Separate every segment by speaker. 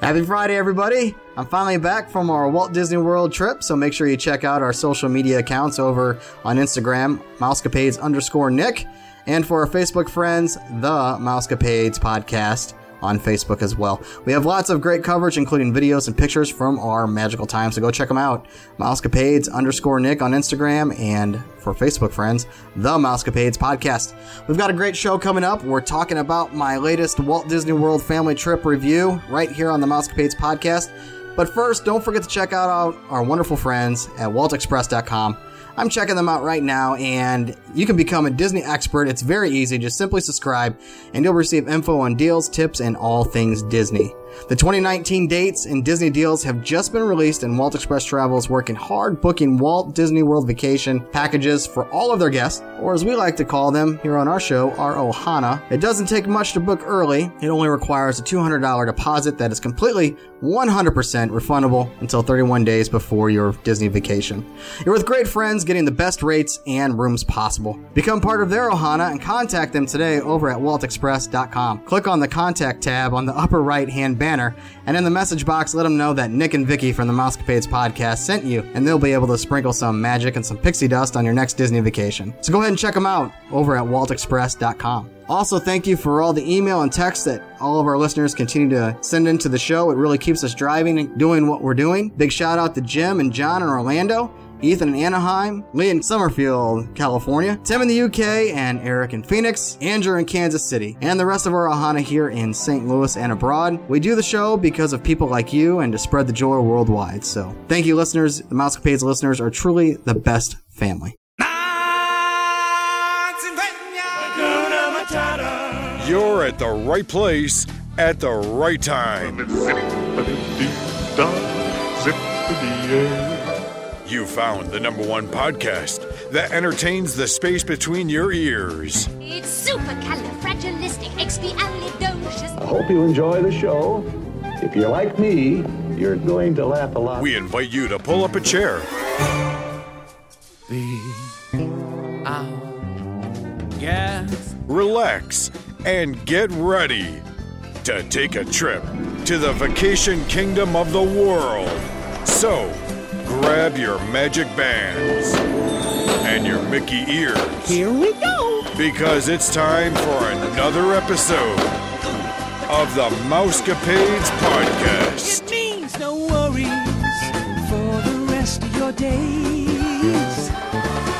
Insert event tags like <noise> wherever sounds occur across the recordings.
Speaker 1: Happy Friday, everybody! I'm finally back from our Walt Disney World trip, so make sure you check out our social media accounts over on Instagram, mousecapades underscore Nick, and for our Facebook friends, the Mousecapades Podcast on Facebook as well. We have lots of great coverage, including videos and pictures from our magical time, so go check them out. Mousecapades underscore Nick on Instagram and for Facebook friends, the Mousecapades Podcast. We've got a great show coming up. We're talking about my latest Walt Disney World family trip review right here on the Mousecapades Podcast. But first, don't forget to check out our wonderful friends at waltexpress.com. I'm checking them out right now, and you can become a Disney expert. It's very easy. Just simply subscribe, and you'll receive info on deals, tips, and all things Disney. The 2019 dates and Disney deals have just been released, and Walt Express Travel is working hard booking Walt Disney World vacation packages for all of their guests, or as we like to call them here on our show, our Ohana. It doesn't take much to book early, it only requires a $200 deposit that is completely 100% refundable until 31 days before your Disney vacation. You're with great friends getting the best rates and rooms possible. Become part of their Ohana and contact them today over at waltexpress.com. Click on the contact tab on the upper right hand banner and in the message box let them know that Nick and Vicky from the Mousecapades podcast sent you and they'll be able to sprinkle some magic and some pixie dust on your next Disney vacation. So go ahead and check them out over at waltexpress.com. Also, thank you for all the email and text that all of our listeners continue to send into the show. It really keeps us driving and doing what we're doing. Big shout out to Jim and John in Orlando, Ethan in Anaheim, Lee in Summerfield, California, Tim in the UK, and Eric in Phoenix, Andrew in Kansas City, and the rest of our Ohana here in St. Louis and abroad. We do the show because of people like you and to spread the joy worldwide. So, thank you, listeners. The Mousecapades listeners are truly the best family.
Speaker 2: You're at the right place at the right time. You found the number one podcast that entertains the space between your ears.
Speaker 3: It's supercalifragilisticexpialidocious.
Speaker 4: I hope you enjoy the show. If you're like me, you're going to laugh a lot.
Speaker 2: We invite you to pull up a chair,
Speaker 5: Yeah.
Speaker 2: relax, and get ready to take a trip to the vacation kingdom of the world. So, grab your magic bands and your Mickey ears.
Speaker 5: Here we go.
Speaker 2: because it's time for another episode of the Mousecapades Podcast.
Speaker 5: It means no worries for the rest of your days.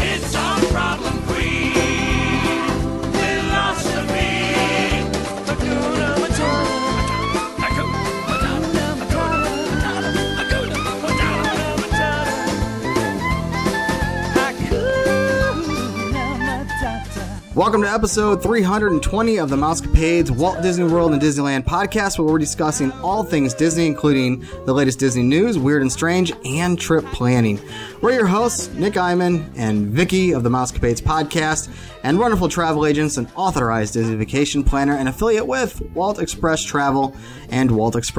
Speaker 5: It's our problem free philosophy. Hakuna Matata. Hakuna Matata. Hakuna Matata. Hakuna Matata.
Speaker 1: Welcome to episode 320 of the Mousecapades Walt Disney World and Disneyland podcast, where we're discussing all things Disney, including the latest Disney news, weird and strange, and trip planning. We're your hosts, Nick Iman and Vicky of the Mousecapades podcast, and wonderful travel agents and authorized Disney vacation planner and affiliate with Walt Express Travel and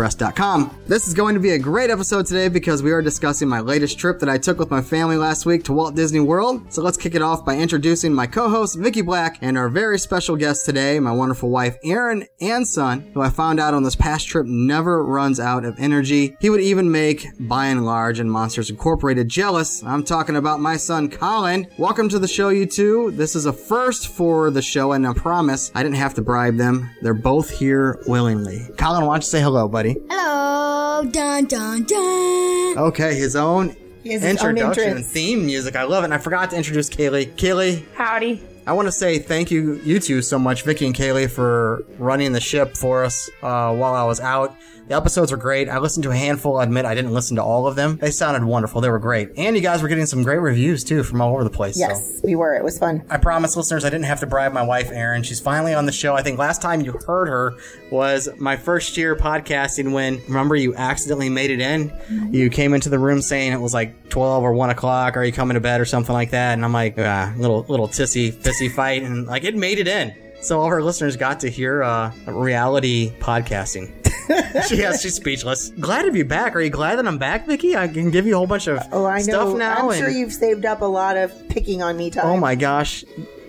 Speaker 1: waltexpress.com. This is going to be a great episode today because we are discussing my latest trip that I took with my family last week to Walt Disney World. So let's kick it off by introducing my co-host Vicky Black and our very special guest today, my wonderful wife Erin and son, who I found out on this past trip never runs out of energy. He would even make, by and large, and Monsters Incorporated jealous. I'm talking about my son Colin. Welcome to the show, you two. This is a first for the show, and I promise I didn't have to bribe them. They're both here willingly. Colin, why don't you say hello, buddy?
Speaker 3: Hello, dun dun
Speaker 6: <laughs>
Speaker 3: dun.
Speaker 1: Okay, his own
Speaker 6: has his own
Speaker 1: introduction and
Speaker 6: entrance.
Speaker 1: theme music. I love it. And I forgot to introduce Kaylee. Kaylee,
Speaker 6: Howdy.
Speaker 1: I want to say thank you, you two, so much, Vicky and Kaylee, for running the ship for us uh, while I was out. The episodes were great. I listened to a handful. I admit I didn't listen to all of them. They sounded wonderful. They were great, and you guys were getting some great reviews too from all over the place. so.
Speaker 6: Yes, we were. It was fun.
Speaker 1: I promise, listeners, I didn't have to bribe my wife, Erin. She's finally on the show. I think last time you heard her was my first year podcasting when, remember, you accidentally made it in? You came into the room saying it was like 12 or 1 o'clock. Are you coming to bed or something like that? And I'm like, ah, little, little tissy, pissy fight. And like, it made it in. So all of our listeners got to hear uh, reality podcasting. <laughs> she, yeah, she's speechless. Glad to be back. Are you glad that I'm back, Vicky? I can give you a whole bunch of
Speaker 6: Oh, I know.
Speaker 1: stuff now.
Speaker 6: I'm sure
Speaker 1: and-
Speaker 6: you've saved up a lot of picking on me time.
Speaker 1: Oh my gosh,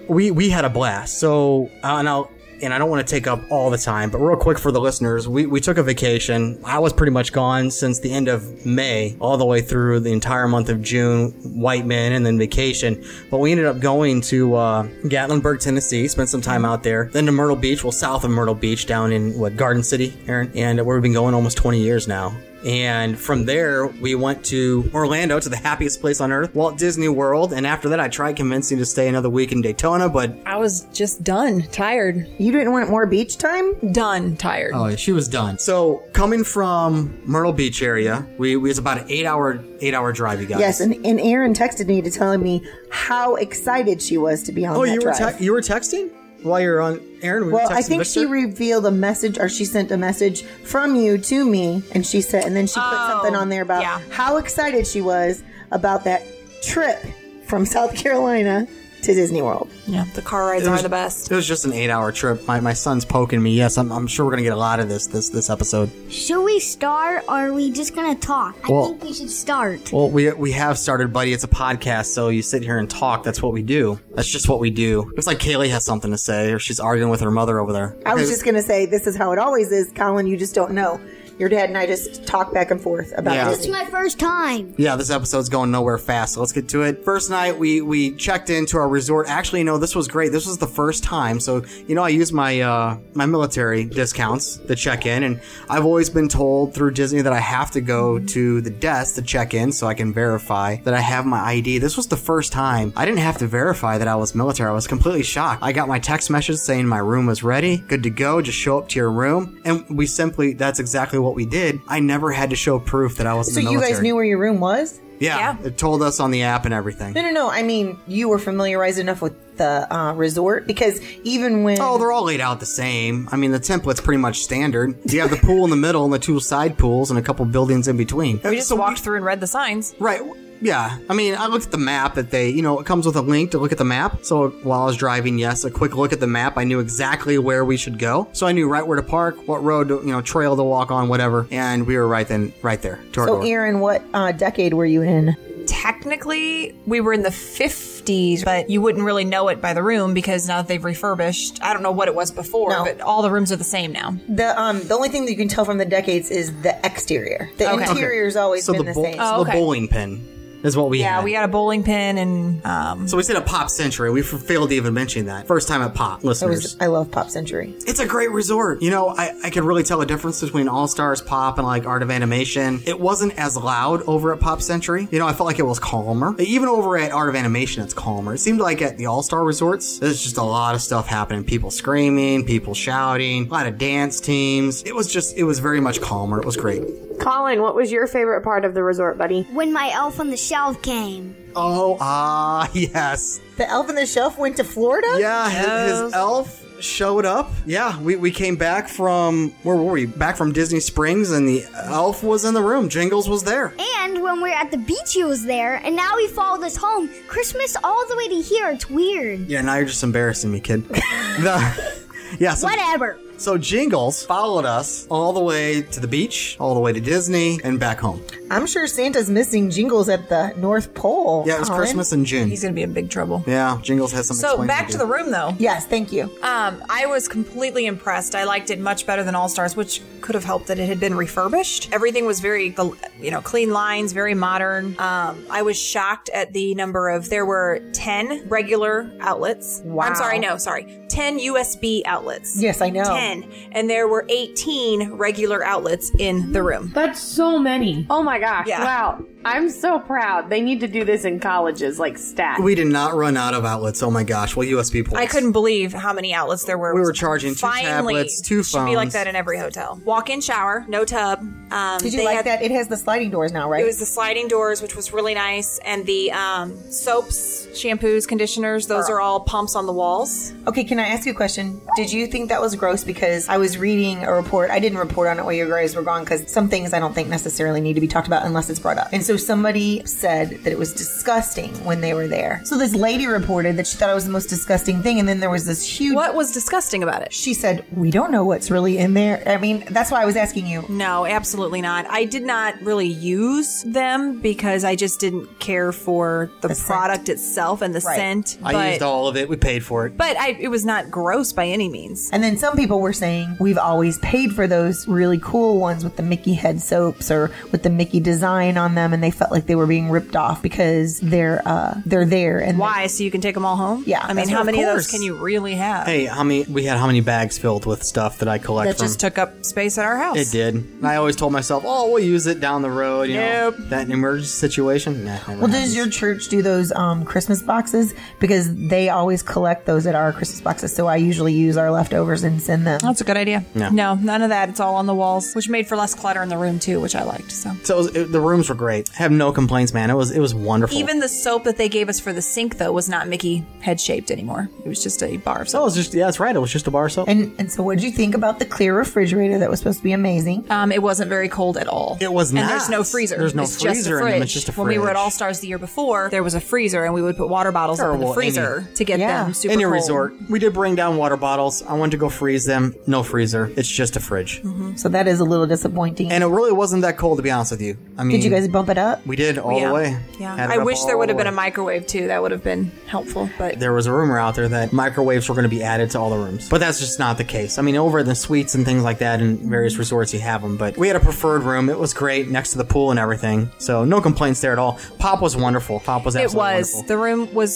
Speaker 1: we we had a blast. So uh, and I'll and I don't want to take up all the time, but real quick for the listeners, we, we took a vacation. I was pretty much gone since the end of May, all the way through the entire month of June, white men, and then vacation. But we ended up going to uh, Gatlinburg, Tennessee, spent some time out there, then to Myrtle Beach, well, south of Myrtle Beach, down in what, Garden City, Aaron? And uh, where we've been going almost 20 years now. And from there, we went to Orlando to the happiest place on earth, Walt Disney World. And after that, I tried convincing to stay another week in Daytona, but
Speaker 6: I was just done, tired. You didn't want more beach time? Done, tired.
Speaker 1: Oh, yeah, she was done. So coming from Myrtle Beach area, we, we it's about an eight hour eight hour drive, you guys.
Speaker 6: Yes, and, and Aaron texted me to tell me how excited she was to be on
Speaker 1: oh,
Speaker 6: that
Speaker 1: you were
Speaker 6: drive.
Speaker 1: te- you were texting while you're on Aaron. were you
Speaker 6: well, I
Speaker 1: texting
Speaker 6: think she
Speaker 1: Victor?
Speaker 6: revealed a message, or she sent a message from you to me, and she said, and then she put something
Speaker 1: Oh,
Speaker 6: on there about how excited she was about that trip from South Carolina to Disney World.
Speaker 4: Yeah, the car rides
Speaker 1: It was-
Speaker 4: are the best.
Speaker 1: It was just an eight hour trip. My, my son's poking me. Yes, I'm, I'm sure we're gonna get a lot of this this this episode.
Speaker 7: Should we start or are we just gonna talk? I
Speaker 1: Well-
Speaker 7: think we should start.
Speaker 1: Well, we we have started, buddy. It's a podcast, so you sit here and talk. That's what we do. That's just what we do. It's like Kaylee has something to say, or she's arguing with her mother over there.
Speaker 6: I was
Speaker 1: Okay,
Speaker 6: just going to say, this is how it always is, Colin. You just don't know. Your dad and I just talk back and forth about
Speaker 1: Yeah.
Speaker 7: It's
Speaker 6: Disney.
Speaker 7: my first time.
Speaker 1: Yeah, this episode's going nowhere fast. So let's get to it. First night, we we checked into our resort. Actually, no, this was great. This was the first time. So you know, I use my uh, my military discounts to check in, and I've always been told through Disney that I have to go to the desk to check in so I can verify that I have my ID. This was the first time I didn't have to verify that I was military. I was completely shocked. I got my text message saying my room was ready, good to go. Just show up to your room, and we simply—that's exactly what we did. I never had to show proof that I was.
Speaker 6: So
Speaker 1: in the
Speaker 6: you
Speaker 1: military.
Speaker 6: guys knew where your room was?
Speaker 1: Yeah, it told us on the app and everything.
Speaker 6: No, no, no. I mean, you were familiarized enough with the uh, resort because even when
Speaker 1: Oh, they're all laid out the same. I mean, the template's pretty much standard. You have the pool in the middle and the two side pools and a couple buildings in between.
Speaker 4: We just walked through and read the signs.
Speaker 1: Right. Yeah. I mean, I looked at the map that they, you know, it comes with a link to look at the map. So while I was driving, yes, a quick look at the map, I knew exactly where we should go. So I knew right where to park, what road, to, you know, trail to walk on, whatever. And we were right then, right there. To our
Speaker 6: so
Speaker 1: door.
Speaker 6: Aaron, what uh, decade were you in?
Speaker 4: Technically, we were in the 50s, but you wouldn't really know it by the room because now that they've refurbished, I don't know what it was before,
Speaker 6: No.
Speaker 4: but all the rooms are the same now.
Speaker 6: The um, the only thing that you can tell from the decades is the exterior. The
Speaker 4: Okay.
Speaker 6: interior's always
Speaker 1: so
Speaker 6: been
Speaker 1: the,
Speaker 6: the,
Speaker 1: bowl-
Speaker 6: same.
Speaker 1: so
Speaker 4: Oh,
Speaker 1: the
Speaker 4: okay.
Speaker 1: bowling pin is what we
Speaker 4: Yeah,
Speaker 1: had.
Speaker 4: we had a bowling pin and um,
Speaker 1: so we said a pop century. We f- failed to even mention that. First time at pop,
Speaker 6: It
Speaker 1: listeners.
Speaker 6: was, Oh. I love Pop Century.
Speaker 1: It's a great resort. You know, I, I could really tell a difference between All Stars Pop and like Art of Animation. It wasn't as loud over at Pop Century. You know, I felt like it was calmer. Even over at Art of Animation, it's calmer. It seemed like at the All Star resorts, there's just a lot of stuff happening. People screaming, people shouting, a lot of dance teams. It was just, it was very much calmer. It was great.
Speaker 5: Colin, what was your favorite part of the resort, buddy?
Speaker 7: When my elf on the shelf came.
Speaker 1: Oh, ah, <laughs> yes.
Speaker 6: The Elf on the Shelf went to Florida.
Speaker 1: Yeah, his, his elf showed up. Yeah, we, we came back from where were we? Back from Disney Springs, and the elf was in the room. Jingles was there.
Speaker 7: And when we were at the beach, he was there. And now he followed us home. Christmas all the way to here. It's weird.
Speaker 1: Yeah, now you're just embarrassing me, kid. <laughs> the, yeah, so,
Speaker 7: Whatever.
Speaker 1: so Jingles followed us all the way to the beach, all the way to Disney, and back home.
Speaker 6: I'm sure Santa's missing jingles at the North Pole.
Speaker 1: Yeah, it was
Speaker 6: Colin.
Speaker 1: Christmas in June.
Speaker 4: he's going to be in big trouble.
Speaker 1: Yeah, Jingles has some.
Speaker 4: So
Speaker 1: explaining
Speaker 4: back to
Speaker 1: do.
Speaker 4: the room though.
Speaker 6: Yes, thank you.
Speaker 4: Um, I was completely impressed. I liked it much better than All Stars, which could have helped that it had been refurbished. Everything was very, the you know, clean lines, very modern. Um, I was shocked at the number of there were ten regular outlets. Wow. I'm sorry, no, sorry, ten USB outlets.
Speaker 6: Yes, I know.
Speaker 4: ten, and there were eighteen regular outlets in the room.
Speaker 5: That's so many. Oh my gosh.
Speaker 4: Yeah.
Speaker 5: Wow. I'm so proud. They need to do this in colleges, like stat.
Speaker 1: We did not run out of outlets. Oh my gosh, well USB ports.
Speaker 4: I couldn't believe how many outlets there were.
Speaker 1: We were charging two
Speaker 4: Finally,
Speaker 1: tablets, two
Speaker 4: it Should be like
Speaker 1: phones.
Speaker 4: that in every hotel. Walk-in shower, no tub. Um,
Speaker 6: Did you
Speaker 4: they
Speaker 6: like
Speaker 4: had-
Speaker 6: that? It has the sliding doors now, right?
Speaker 4: It was the sliding doors, which was really nice, and the um, soaps, shampoos, conditioners. Those are all pumps on the walls.
Speaker 6: Okay, can I ask you a question? Did you think that was gross? Because I was reading a report. I didn't report on it while you guys were gone because some things I don't think necessarily need to be talked about unless it's brought up. And so somebody said that it was disgusting when they were there. So this lady reported that she thought it was the most disgusting thing. And then there was this huge.
Speaker 4: What was disgusting about it?
Speaker 6: She said, We don't know what's really in there. I mean, that's why I was asking you.
Speaker 4: No,
Speaker 7: absolutely not. I did not really use them because I just didn't care for the, product itself and the scent. But,
Speaker 1: I used all of it. We paid for it.
Speaker 7: but I, it was not gross by any means.
Speaker 6: And then some people were saying we've always paid for those really cool ones with the Mickey head soaps or with the Mickey design on them, and they felt like they were being ripped off because they're uh, they're there. And
Speaker 7: why? So you can take them all home? Yeah. I mean,
Speaker 6: that's-
Speaker 7: how
Speaker 6: of
Speaker 7: many of those
Speaker 6: course.
Speaker 7: can you really have?
Speaker 1: Hey, how many? We had how many bags filled with stuff that I collect
Speaker 7: that
Speaker 1: from?
Speaker 7: just took up space at our house.
Speaker 1: It did. And I always told myself, "Oh, we'll use it down the road." You
Speaker 6: Nope.
Speaker 1: know, that emergency situation. Nah, never
Speaker 6: Well,
Speaker 1: happened.
Speaker 6: does your church do those um, Christmas boxes? Because they always collect those at our Christmas boxes, so I usually use our leftovers and send them.
Speaker 7: That's a good idea.
Speaker 1: Yeah.
Speaker 7: No, none of that. It's all on the walls, which made for less clutter in the room too, which I liked. So
Speaker 1: so it was, it, the rooms were great. I have no complaints, man. It was it was wonderful.
Speaker 7: even the soap that they gave us for the sink though was not Mickey head shaped anymore. It was just a bar of
Speaker 1: oh, it
Speaker 7: soap.
Speaker 1: was just yeah, that's right. It was just a bar soap.
Speaker 6: And and so, what would you think about the clear refrigerator that was supposed to be amazing?
Speaker 7: Um, it wasn't very cold at all.
Speaker 1: It was
Speaker 7: and
Speaker 1: not.
Speaker 7: there's no freezer.
Speaker 1: There's no
Speaker 7: It's just a
Speaker 1: freezer in
Speaker 7: fridge.
Speaker 1: them. It's just a
Speaker 7: When we were at
Speaker 1: fridge.
Speaker 7: All Stars the year before, there was a freezer, and we would put water bottles up in the
Speaker 1: Terrible,
Speaker 7: freezer
Speaker 1: Amy.
Speaker 7: to get
Speaker 6: Yeah.
Speaker 7: them super
Speaker 1: Any
Speaker 7: cold.
Speaker 1: resort, we did bring down water bottles. I wanted to go freeze them. No freezer. It's just a fridge,
Speaker 7: Mm-hmm.
Speaker 6: So that is a little disappointing.
Speaker 1: and it really wasn't that cold to be honest with you. I mean,
Speaker 6: Did you guys bump it up?
Speaker 1: We did all
Speaker 7: Yeah.
Speaker 1: the way.
Speaker 7: Yeah.
Speaker 1: Had it
Speaker 7: I
Speaker 1: up
Speaker 7: wish there
Speaker 1: all
Speaker 7: would have
Speaker 1: the
Speaker 7: been a
Speaker 1: way.
Speaker 7: microwave too. That would have been helpful. But
Speaker 1: there was a rumor out there that microwaves were going to be added to all the rooms, but that's just not the case. I mean, over in the suites and things like that, in various resorts, you have them. But we had a preferred room; it was great, next to the pool and everything. So no complaints there at all. Pop was wonderful. Pop was
Speaker 7: It
Speaker 1: absolutely
Speaker 7: was
Speaker 1: wonderful.
Speaker 7: the room was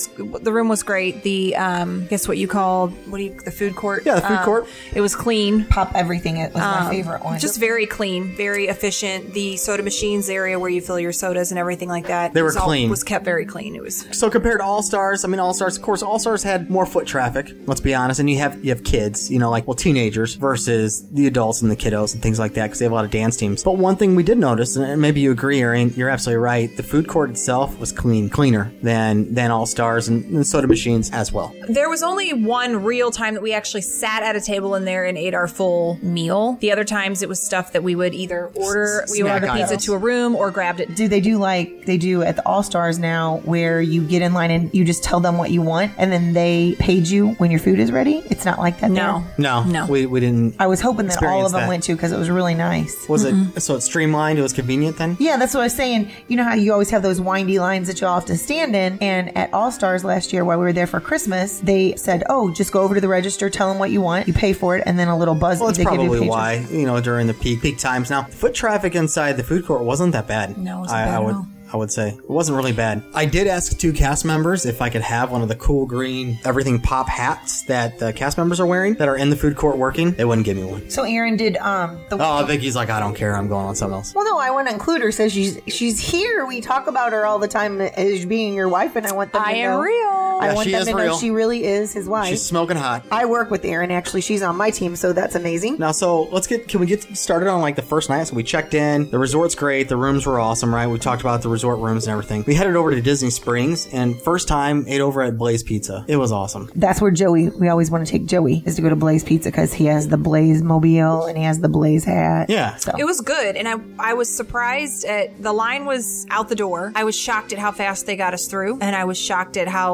Speaker 7: the room was great. The um, guess what you called what do you the food court?
Speaker 1: Yeah, the food
Speaker 7: Um,
Speaker 1: court.
Speaker 7: It was clean,
Speaker 6: Pop everything. It was my favorite one.
Speaker 7: just very clean, very efficient. The soda machines area where you fill your sodas and everything like that.
Speaker 1: They were
Speaker 7: was all-
Speaker 1: clean.
Speaker 7: was kept very clean. It was
Speaker 1: So compared to All Stars, I mean All Stars, of course, All Stars had more foot traffic. Let's be honest, and you have you have kids, you know, like well teenagers versus the adults and the kiddos and things like that because they have a lot of dance teams. But one thing we did notice, and maybe you agree, or you're absolutely right, the food court itself was clean, cleaner than than All Stars and, and soda machines as well.
Speaker 7: There was only one real time that we actually sat at a table in there and ate our full meal. The other times it was stuff that we would either order, we would
Speaker 1: snack
Speaker 7: order pizza
Speaker 1: items.
Speaker 7: to a room or grabbed it.
Speaker 6: do they do like they do at the All Stars now, where you get in line and you just tell them what you want, and then they paid you when your food is ready? It's not like that.
Speaker 7: No,
Speaker 6: there?
Speaker 1: No,
Speaker 7: No.
Speaker 1: we, we didn't.
Speaker 6: I was hoping that all
Speaker 1: Experience
Speaker 6: of them
Speaker 1: that.
Speaker 6: went to because it was really nice.
Speaker 1: Was
Speaker 7: Mm-hmm.
Speaker 1: it so? It streamlined. It was convenient then.
Speaker 6: Yeah, that's what I was saying. You know how you always have those windy lines that you all have to stand in. And at All Stars last year, while we were there for Christmas, they said, "Oh, just go over to the register, tell them what you want, you pay for it, and then a little buzz."
Speaker 1: Well, that's
Speaker 6: they give you
Speaker 1: probably
Speaker 6: pagers."
Speaker 1: why you know during the peak peak times. Now, foot traffic inside the food court wasn't that bad.
Speaker 7: No, it wasn't
Speaker 1: I,
Speaker 7: bad
Speaker 1: I
Speaker 7: at
Speaker 1: would
Speaker 7: all.
Speaker 1: I would say it wasn't really bad. I did ask two cast members if I could have one of the cool green everything pop hats that the cast members are wearing that are in the food court working. They wouldn't give me one.
Speaker 6: So Aaron did um the.
Speaker 1: Oh, Vicky's like, I don't care. I'm going on something else.
Speaker 6: Well, no, I want to include her. Says she's she's here. We talk about her all the time as being your wife, and I want them.
Speaker 7: I
Speaker 6: to
Speaker 7: am
Speaker 6: know,
Speaker 7: real.
Speaker 6: I
Speaker 1: Yeah,
Speaker 6: want
Speaker 1: she
Speaker 6: them
Speaker 1: is
Speaker 6: to know
Speaker 1: real.
Speaker 6: she really is his wife.
Speaker 1: She's smoking hot.
Speaker 6: I work with Erin. Actually, she's on my team, so that's amazing.
Speaker 1: Now, so let's get. Can we get started on like the first night? So we checked in. The resort's great. The rooms were awesome, right? We talked about the resort rooms and everything. We headed over to Disney Springs, and first time ate over at Blaze Pizza. It was awesome.
Speaker 6: That's where Joey. We always want to take Joey is to go to Blaze Pizza because he has the Blaze mobile and he has the Blaze hat.
Speaker 1: Yeah.
Speaker 6: So
Speaker 7: It was good, and I I was surprised at the line was out the door. I was shocked at how fast they got us through, and I was shocked at how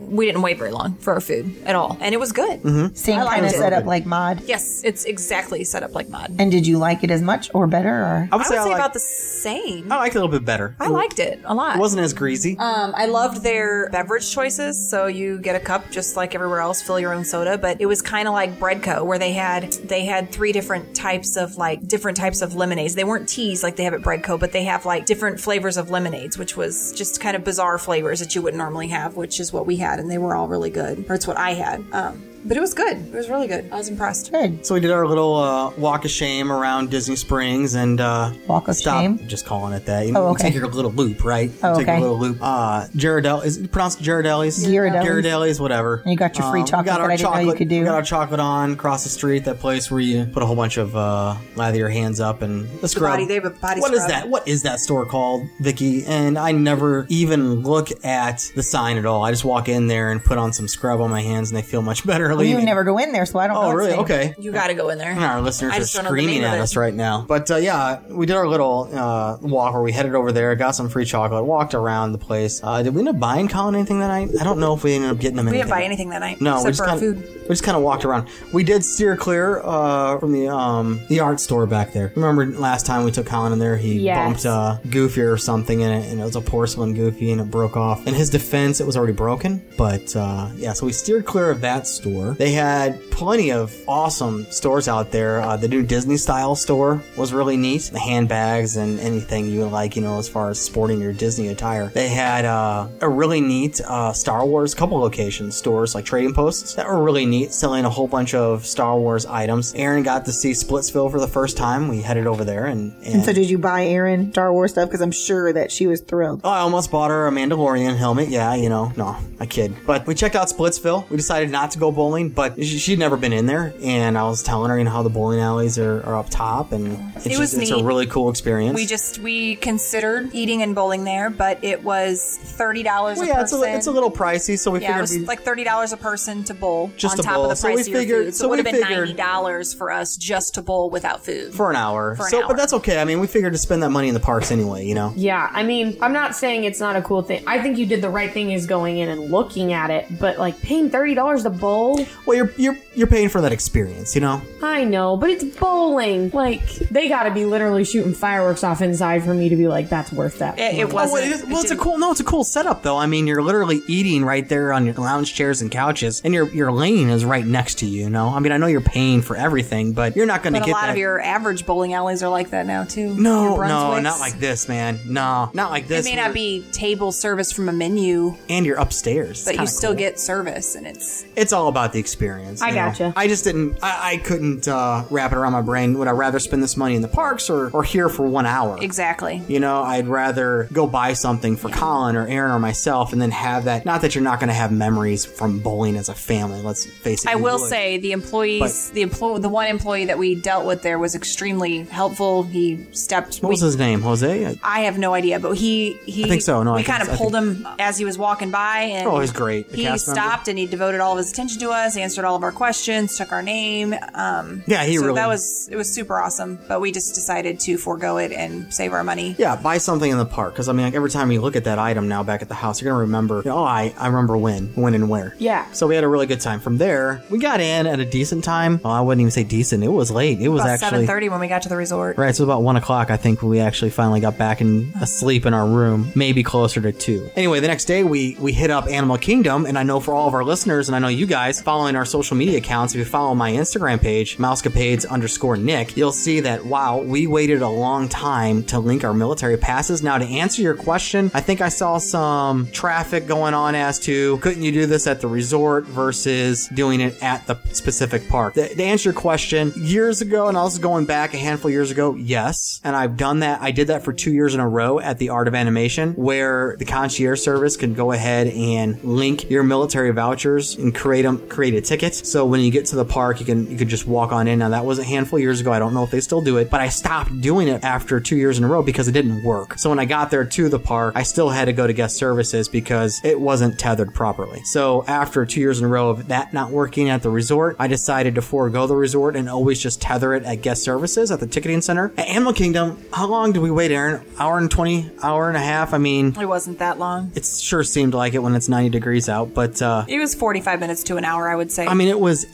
Speaker 7: we didn't wait very long for our food at all, and it was good.
Speaker 1: Mm-hmm.
Speaker 6: same
Speaker 7: I liked
Speaker 6: kind of
Speaker 7: it.
Speaker 6: setup like Mod.
Speaker 7: Yes, it's exactly set up like mod.
Speaker 6: And did you like it as much or better? Or
Speaker 1: I
Speaker 7: I
Speaker 1: would
Speaker 7: would
Speaker 1: say,
Speaker 7: say
Speaker 1: I, like,
Speaker 7: about the same.
Speaker 1: I liked it a little bit better.
Speaker 7: I liked it a lot.
Speaker 1: It wasn't as greasy.
Speaker 7: Um, I loved their beverage choices. So you get a cup just like everywhere else, fill your own soda. But it was kind of like Breadco, where they had they had three different types of like different types of lemonades. They weren't teas like they have at Breadco, but they have like different flavors of lemonades, which was just kind of bizarre flavors that you wouldn't normally have, which is what we had, and they were all really good. Or it's what I had. Um, but it was good. It was really good. I was impressed.
Speaker 6: good.
Speaker 1: so we did our little uh, walk of shame around Disney Springs and uh,
Speaker 6: Walk of
Speaker 1: stop
Speaker 6: shame?
Speaker 1: just calling it that. You,
Speaker 6: Oh,
Speaker 1: you
Speaker 6: okay.
Speaker 1: take your little loop, right? You
Speaker 6: Oh,
Speaker 1: take your
Speaker 6: okay.
Speaker 1: little loop. Uh, Girardelli is it pronounced Girardelli's?
Speaker 6: Ghirardelli's.
Speaker 1: Girardelli's, whatever. Um,
Speaker 6: And you got your free
Speaker 1: we
Speaker 6: chocolate
Speaker 1: got our
Speaker 6: that I didn't know you
Speaker 1: chocolate-
Speaker 6: could do.
Speaker 1: We got our chocolate on across the street. That place where you put a whole bunch of uh, lather your hands up and the scrub.
Speaker 7: body- they have a body
Speaker 1: What is
Speaker 7: scrub.
Speaker 1: that? What is that store called, Vicky? And I never even look at the sign at all. I just walk in there and put on some scrub on my hands, and they feel much better are
Speaker 6: You
Speaker 1: leaving.
Speaker 6: never go in there, so I don't know.
Speaker 1: Oh, really?
Speaker 6: what's in-
Speaker 1: Okay.
Speaker 7: You got to go in there.
Speaker 1: And our listeners
Speaker 7: I
Speaker 1: are
Speaker 7: just don't know the
Speaker 1: screaming
Speaker 7: name of
Speaker 1: at
Speaker 7: it.
Speaker 1: us right now. But uh, yeah, we did our little uh, walk where we headed over there, got some free chocolate, walked around the place. Uh, did we end up buying Colin anything that night? I don't know if we ended up getting him
Speaker 7: We
Speaker 1: anything.
Speaker 7: didn't buy anything that night.
Speaker 1: No, we
Speaker 7: except
Speaker 1: just
Speaker 7: for our
Speaker 1: kinda,
Speaker 7: food.
Speaker 1: We just kind of walked around. We did steer clear uh, from the um, the art store back there. Remember last time we took Colin in there, he
Speaker 4: Yes.
Speaker 1: bumped uh, Goofy or something in it, and it was a porcelain Goofy, and it broke off. In his defense, it was already broken, but uh, yeah. So we steered clear of that store. They had plenty of awesome stores out there. Uh, the new Disney style store was really neat. The handbags and anything you would like, you know, as far as sporting your Disney attire. They had uh, a really neat uh, Star Wars couple locations stores like trading posts that were really neat, selling a whole bunch of Star Wars items. Aaron got to see Splitsville for the first time. We headed over there and, and
Speaker 6: And so, did you buy Erin Star Wars stuff? Because I'm sure that she was thrilled.
Speaker 1: Oh, I almost bought her a Mandalorian helmet. Yeah, you know, no, I kid. But we checked out Splitsville. We decided not to go bowling, but sh- she'd never been in there, and I was telling her you know how the bowling alleys are, are up top, and it's,
Speaker 7: It
Speaker 1: just-
Speaker 7: was
Speaker 1: it's a
Speaker 7: neat.
Speaker 1: really cool experience.
Speaker 7: We just we considered eating and bowling there, but it was thirty dollars.
Speaker 1: Well,
Speaker 7: a
Speaker 1: yeah, it's a,
Speaker 7: person.
Speaker 1: li- it's a little pricey, so we
Speaker 7: yeah, it
Speaker 1: figured
Speaker 7: was
Speaker 1: we'd-
Speaker 7: like thirty dollars a person to bowl
Speaker 1: Just
Speaker 7: on
Speaker 1: to
Speaker 7: top
Speaker 1: bowl.
Speaker 7: of the
Speaker 1: So
Speaker 7: price
Speaker 1: we
Speaker 7: of your
Speaker 1: figured-
Speaker 7: food. So,
Speaker 1: so
Speaker 7: it would have
Speaker 1: we
Speaker 7: been
Speaker 1: figured-
Speaker 7: ninety dollars for us just to bowl without food.
Speaker 1: for an hour.
Speaker 7: For an
Speaker 1: so,
Speaker 7: hour.
Speaker 1: but that's okay. I mean, we figured to spend that money in the parks anyway, you know.
Speaker 4: Yeah, I mean, I'm not saying it's not a cool thing. I think you did the right thing is going in and looking at it, but like paying thirty dollars to bowl.
Speaker 1: Well, you're you're you're paying for that experience, you know.
Speaker 4: I know, but it's bowling. Like they got to be literally shooting fireworks off inside for me to be like, that's worth that.
Speaker 7: It, it
Speaker 1: Oh,
Speaker 7: wasn't.
Speaker 1: wait,
Speaker 7: it
Speaker 1: well, it's a
Speaker 7: didn't-
Speaker 1: cool no, it's a cool setup though. I mean, you're literally eating right there on your lounge chairs and couches, and your your lane is right next to you. You know, I mean, I know you're paying for everything, but you're not going to
Speaker 7: But
Speaker 1: get
Speaker 7: a lot
Speaker 1: that.
Speaker 7: of your average bowling alleys are like that now too.
Speaker 1: no,
Speaker 7: Your
Speaker 1: no,
Speaker 7: Brunswicks.
Speaker 1: not like this, man. No, not like
Speaker 7: It
Speaker 1: this.
Speaker 7: may not be table service from a menu,
Speaker 1: And you're upstairs,
Speaker 7: but you
Speaker 1: It's kinda
Speaker 7: still
Speaker 1: cool.
Speaker 7: get service, and it's
Speaker 1: It's all about the experience.
Speaker 4: I
Speaker 1: you know?
Speaker 4: gotcha.
Speaker 1: I just didn't. I, I couldn't uh, wrap it around my brain. Would I rather spend this money in the parks or or here for one hour?
Speaker 7: exactly.
Speaker 1: You know, I'd rather go buy something for Colin or Aaron or myself and then have that. Not that you're not going to have memories from bowling as a family, let's face it.
Speaker 7: I
Speaker 1: you
Speaker 7: will
Speaker 1: would.
Speaker 7: say the employees, the employ, the one employee that we dealt with there was extremely helpful. He stepped.
Speaker 1: What was
Speaker 7: we-
Speaker 1: his name? Jose? I-
Speaker 7: I have no idea, but he he.
Speaker 1: I think so. No, I
Speaker 7: we
Speaker 1: think
Speaker 7: kind of
Speaker 1: so. I
Speaker 7: pulled him as he was walking by, and
Speaker 1: Oh, he's great. The
Speaker 7: He
Speaker 1: cast member.
Speaker 7: stopped and he devoted all of his attention to us, answered all of our questions, took our name. Um,
Speaker 1: Yeah, he
Speaker 7: so
Speaker 1: really-
Speaker 7: that was it was super awesome. But we just decided to forego it and save our money.
Speaker 1: Yeah, buy something in the park. Because, I mean, like, every time you look at that item now back at the house, you're going to remember, you know, oh, I, I remember when, when and where.
Speaker 4: Yeah.
Speaker 1: So we had a really good time. From there, we got in at a decent time. Well, I wouldn't even say decent. It was late. It was
Speaker 7: About seven
Speaker 1: actually.
Speaker 7: thirty when we got to the resort.
Speaker 1: Right, so about one o'clock, I think we actually finally got back and asleep in our room, maybe closer to two. Anyway, the next day we we hit up Animal Kingdom, and I know for all of our listeners, and I know you guys following our social media accounts, if you follow my Instagram page, mousecapades underscore Nick, you'll see that wow, we waited a long time to link our military passes. Now to answer your question, I think I saw some traffic going on as to couldn't you do this at the resort versus doing it at the specific park. To, to answer your question, years ago, and I was going back a handful of years ago, yes. And I've done that. I did that for two years in a row at the Art of Animation, where the concierge service can go ahead and link your military vouchers and create them, create a ticket. So when you get to the park, you can you can just walk on in. Now that was a handful of years ago. I don't know if they still do it, but I stopped doing it after two years in a row because it didn't work. So when I got there to the park, I still had to go to guest services because it wasn't tethered properly. So after two years in a row of that not working at the resort, I decided to forego the resort and always just tether it at guest services at the ticketing center. At Animal Kingdom, how long did we wait, Aaron? Hour and 20, hour and a half? I mean,
Speaker 7: It wasn't that long.
Speaker 1: it sure seemed like it when it's 90 degrees out, but uh,
Speaker 7: It was forty five minutes to an hour, I would say.
Speaker 1: I mean, it was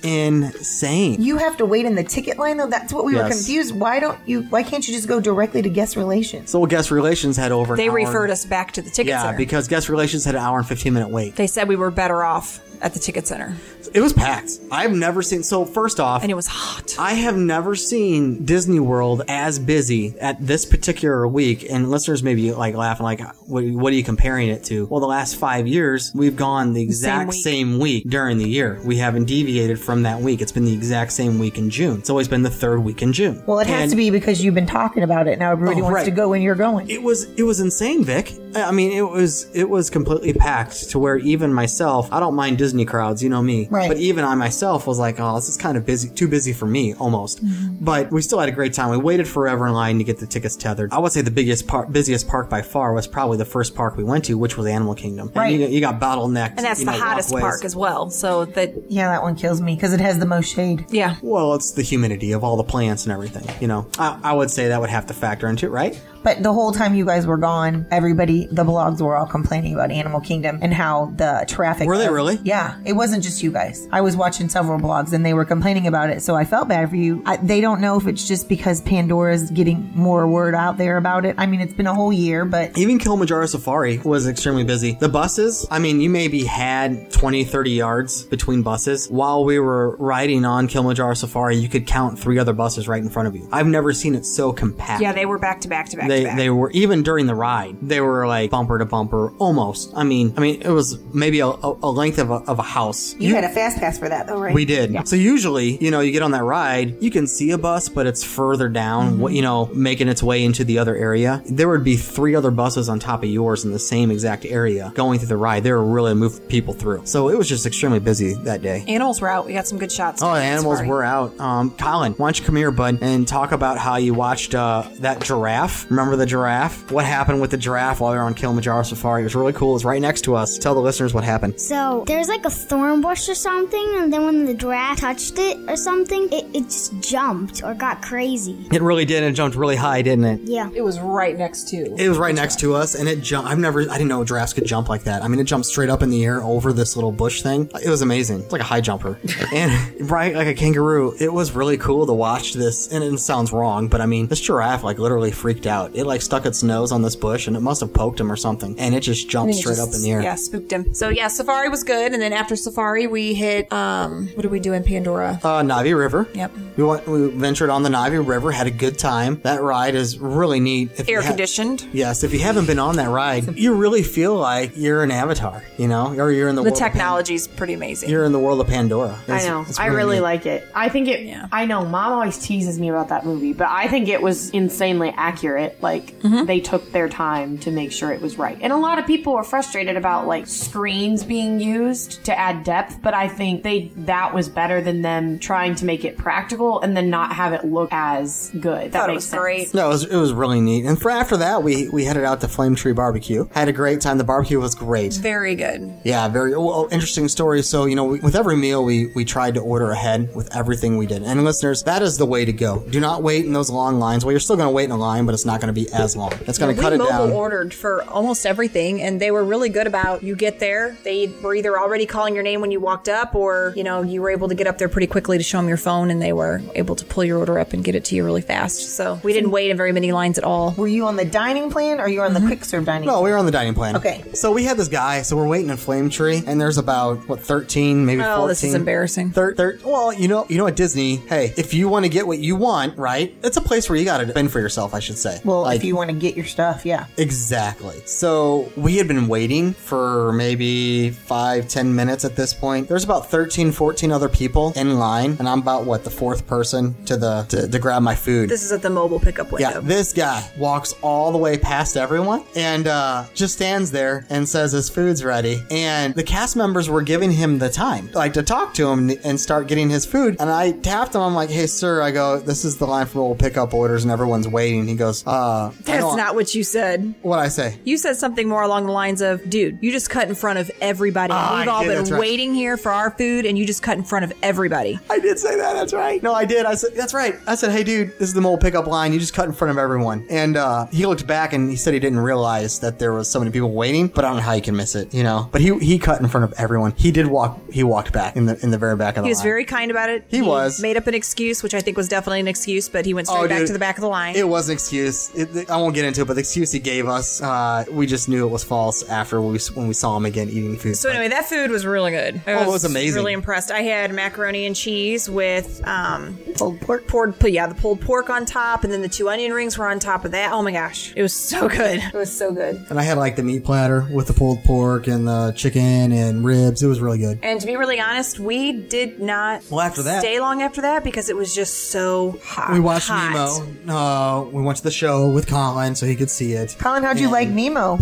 Speaker 1: insane.
Speaker 6: You have to wait in the ticket line, though. That's what we were
Speaker 1: Yes.
Speaker 6: confused. Why don't you? Why can't you just go directly to guest relations?
Speaker 1: so guest relations had over an
Speaker 7: they
Speaker 1: hour-
Speaker 7: referred us back to the ticket
Speaker 1: Yeah,
Speaker 7: center.
Speaker 1: because guest relations had an hour and 15 minute wait.
Speaker 7: they said we were better off at the ticket center,
Speaker 1: It was packed. I've never seen. So first off,
Speaker 7: and it was hot.
Speaker 1: I have never seen Disney World as busy at this particular week. And listeners may be like laughing, like, what, what are you comparing it to? Well, the last five years, we've gone the exact
Speaker 7: week.
Speaker 1: same week. during the year. We haven't deviated from that week. It's been the exact same week in June. It's always been the third week in June.
Speaker 6: Well, it has
Speaker 1: And-
Speaker 6: to be because you've been talking about it. Now everybody
Speaker 1: Oh,
Speaker 6: wants
Speaker 1: right.
Speaker 6: to go when you're going.
Speaker 1: it was it was insane, Vic. I I mean, it was it was completely packed to where even myself, I don't mind Disney crowds, you know me.
Speaker 8: Right.
Speaker 1: But even I myself was like, oh, this is kind of busy, too busy for me almost. But we still had a great time. We waited forever in line to get the tickets tethered. I would say the biggest park, busiest park by far was probably the first park we went to, which was Animal Kingdom.
Speaker 6: Right.
Speaker 1: And you, you got bottlenecked.
Speaker 7: And that's
Speaker 1: you
Speaker 7: the
Speaker 1: know,
Speaker 7: hottest
Speaker 1: walkways.
Speaker 7: park as well. So that
Speaker 6: yeah, that one kills me because it has the most shade.
Speaker 7: Yeah.
Speaker 1: Well, it's the humidity of all the plants and everything. You know, I, I would say that would have to factor into it, right?
Speaker 6: But the whole time you guys were gone, everybody, the blogs were all complaining about Animal Kingdom and how the traffic. Were they
Speaker 1: really?
Speaker 6: Yeah. It wasn't just you guys. I was watching several blogs and they were complaining about it. So I felt bad for you. I, they don't know if it's just because Pandora's getting more word out there about it. I mean, it's been a whole year, but
Speaker 1: Even Kilimanjaro Safari was extremely busy. The buses, I mean, you maybe had 20, 30 yards between buses. While we were riding on Kilimanjaro Safari, you could count three other buses right in front of you. I've never seen it so compact.
Speaker 7: yeah, they were back to back to back
Speaker 1: they,
Speaker 7: to back.
Speaker 1: they were even during the ride they were like bumper to bumper almost i mean i mean it was maybe a, a, a length of a, of a house
Speaker 6: you, had a fast pass for that though, right?
Speaker 1: we did. So usually, you know, you get on that ride, you can see a bus, but it's further down, wh- you know, making its way into the other area. There would be three other buses on top of yours in the same exact area going through the ride. They were really moving people through. So it was just extremely busy that day.
Speaker 7: Animals were out. We got some good shots.
Speaker 1: Oh, the animals
Speaker 7: Safari.
Speaker 1: were out. Um, Colin, why don't you come here, bud, and talk about how you watched uh, that giraffe? Remember the giraffe? What happened with the giraffe while we were on Kilimanjaro Safari? It was really cool. It was right next to us. Tell the listeners what happened.
Speaker 3: So there's like a thorn bush or something, and then when the giraffe touched it or something, it, it just jumped or got crazy.
Speaker 1: It really did. It jumped really high, didn't it?
Speaker 3: Yeah.
Speaker 7: It was right next to.
Speaker 1: It was right next to us, and it jumped. I've never, I didn't know giraffes could jump like that. I mean, it jumped straight up in the air over this little bush thing. It was amazing. It's like a high
Speaker 7: <laughs>
Speaker 1: jumper, and right like a kangaroo. It was really cool to watch this. And it sounds wrong, but I mean, this giraffe like literally freaked out. It like stuck its nose on this bush, and it must have poked him or something, and it just
Speaker 7: And
Speaker 1: jumped
Speaker 7: then it
Speaker 1: straight
Speaker 7: just-
Speaker 1: up in the air.
Speaker 7: Yeah, spooked him. So yeah, Safari was good, and then after Safari, we hit. Um, what did we do in Pandora?
Speaker 1: Uh, Navi River.
Speaker 7: Yep.
Speaker 1: We went, we ventured on the Navi River, had a good time. That ride is really neat. If you
Speaker 7: Air
Speaker 1: ha-
Speaker 7: conditioned.
Speaker 1: Yes, if you haven't been on that ride, you really feel like you're an avatar, you know, or you're in the,
Speaker 7: The,
Speaker 1: world. of Pan-
Speaker 7: technology's pretty amazing.
Speaker 1: you're in the world of Pandora.
Speaker 4: I know. I really like it. I think it. I know. Mom always teases me about that movie, but I think it was insanely accurate. Like
Speaker 7: Mm-hmm.
Speaker 4: they took their time to make sure it was right. And a lot of people were frustrated about like screens being used to add depth, but I think they that was better than them trying to make it practical and then not have it look as good. That
Speaker 7: Thought it
Speaker 4: makes
Speaker 7: was
Speaker 4: sense.
Speaker 7: great.
Speaker 1: No, it was, it was really neat. And for after that, we we headed out to Flame Tree Barbecue. Had a great time. The barbecue was great.
Speaker 7: Very good.
Speaker 1: Yeah, very well, interesting story. So, you know, we, with every meal, we, we tried to order ahead with everything we did. And listeners, that is the way to go. Do not wait in those long lines. Well, you're still going to wait in a line, but it's not going to be as long. It's going to
Speaker 7: we
Speaker 1: cut it
Speaker 7: mobile
Speaker 1: down.
Speaker 7: ordered for almost everything, and they were really good about you get there. They were either already calling your name when you walked up, or you know you were able to get up there pretty quickly to show them your phone, and they were able to pull your order up and get it to you really fast. So we didn't wait in very many lines at all.
Speaker 6: Were you on the dining plan or you were on the quick serve dining?
Speaker 1: No, we were on the dining plan.
Speaker 6: Okay.
Speaker 1: So we had this guy, so we're waiting in Flame Tree, and there's about, what, 13, maybe
Speaker 7: Oh,
Speaker 1: 14?
Speaker 7: this is embarrassing.
Speaker 1: Thir- thir- well, you know, you know at Disney, hey, if you want to get what you want, right, it's a place where you got to fend for yourself, I should say.
Speaker 6: Well,
Speaker 1: Like-
Speaker 6: if you want to get your stuff, yeah.
Speaker 1: Exactly. So we had been waiting for maybe five, ten minutes at this point. There's about 13, 14 other people in line, and I'm about what the fourth person to the to, to grab my food.
Speaker 7: This is at the mobile pickup window.
Speaker 1: yeah, this guy walks all the way past everyone and uh, just stands there and says his food's ready. And the cast members were giving him the time, like to talk to him and start getting his food. And I tapped him. I'm like, "Hey, sir," I go, "This is the line for mobile pickup orders, and everyone's waiting." He goes, "Uh,
Speaker 7: That's not what you said.
Speaker 1: what I say."
Speaker 7: You said something more along the lines of, dude, you just cut in front of everybody.
Speaker 1: Ah,
Speaker 7: We've
Speaker 1: I
Speaker 7: all
Speaker 1: did,
Speaker 7: been
Speaker 1: that's right.
Speaker 7: waiting here for our food, and you just cut in front of everybody.
Speaker 1: I did say that. That's right. No, I did. I said that's right. I said, "Hey, dude, this is the mole pickup line. You just cut in front of everyone." And uh, he looked back and he said he didn't realize that there was so many people waiting. But I don't know how you can miss it, you know. But he he cut in front of everyone. He did walk. He walked back in the in the very back of the
Speaker 7: He was
Speaker 1: line.
Speaker 7: very kind about it.
Speaker 1: He was.
Speaker 7: Made up an excuse, which I think was definitely an excuse, but he went straight
Speaker 1: Oh,
Speaker 7: back
Speaker 1: dude.
Speaker 7: to the back of the line.
Speaker 1: It was an excuse. It, I won't get into it, but the excuse he gave us, uh, we just knew it was false after we when we saw him again eating food.
Speaker 7: So anyway, that food was really good. I
Speaker 1: Oh, it was amazing.
Speaker 7: Really impressed. I had macaroni and cheese with um
Speaker 6: pulled pork.
Speaker 7: Poured, yeah, the pulled pork on top, and then the two onion rings were on top of that. Oh my gosh, it was so good. It was so good.
Speaker 1: and I had like the meat platter with the pulled pork and the chicken and ribs. It was really good.
Speaker 7: And to be really honest, we did not
Speaker 1: Well, after that-
Speaker 7: stay long after that because it was just so hot.
Speaker 1: We watched
Speaker 7: hot.
Speaker 1: Nemo. Uh, we went to the show with Colin so he could see it.
Speaker 6: Colin, how'd you like Nemo?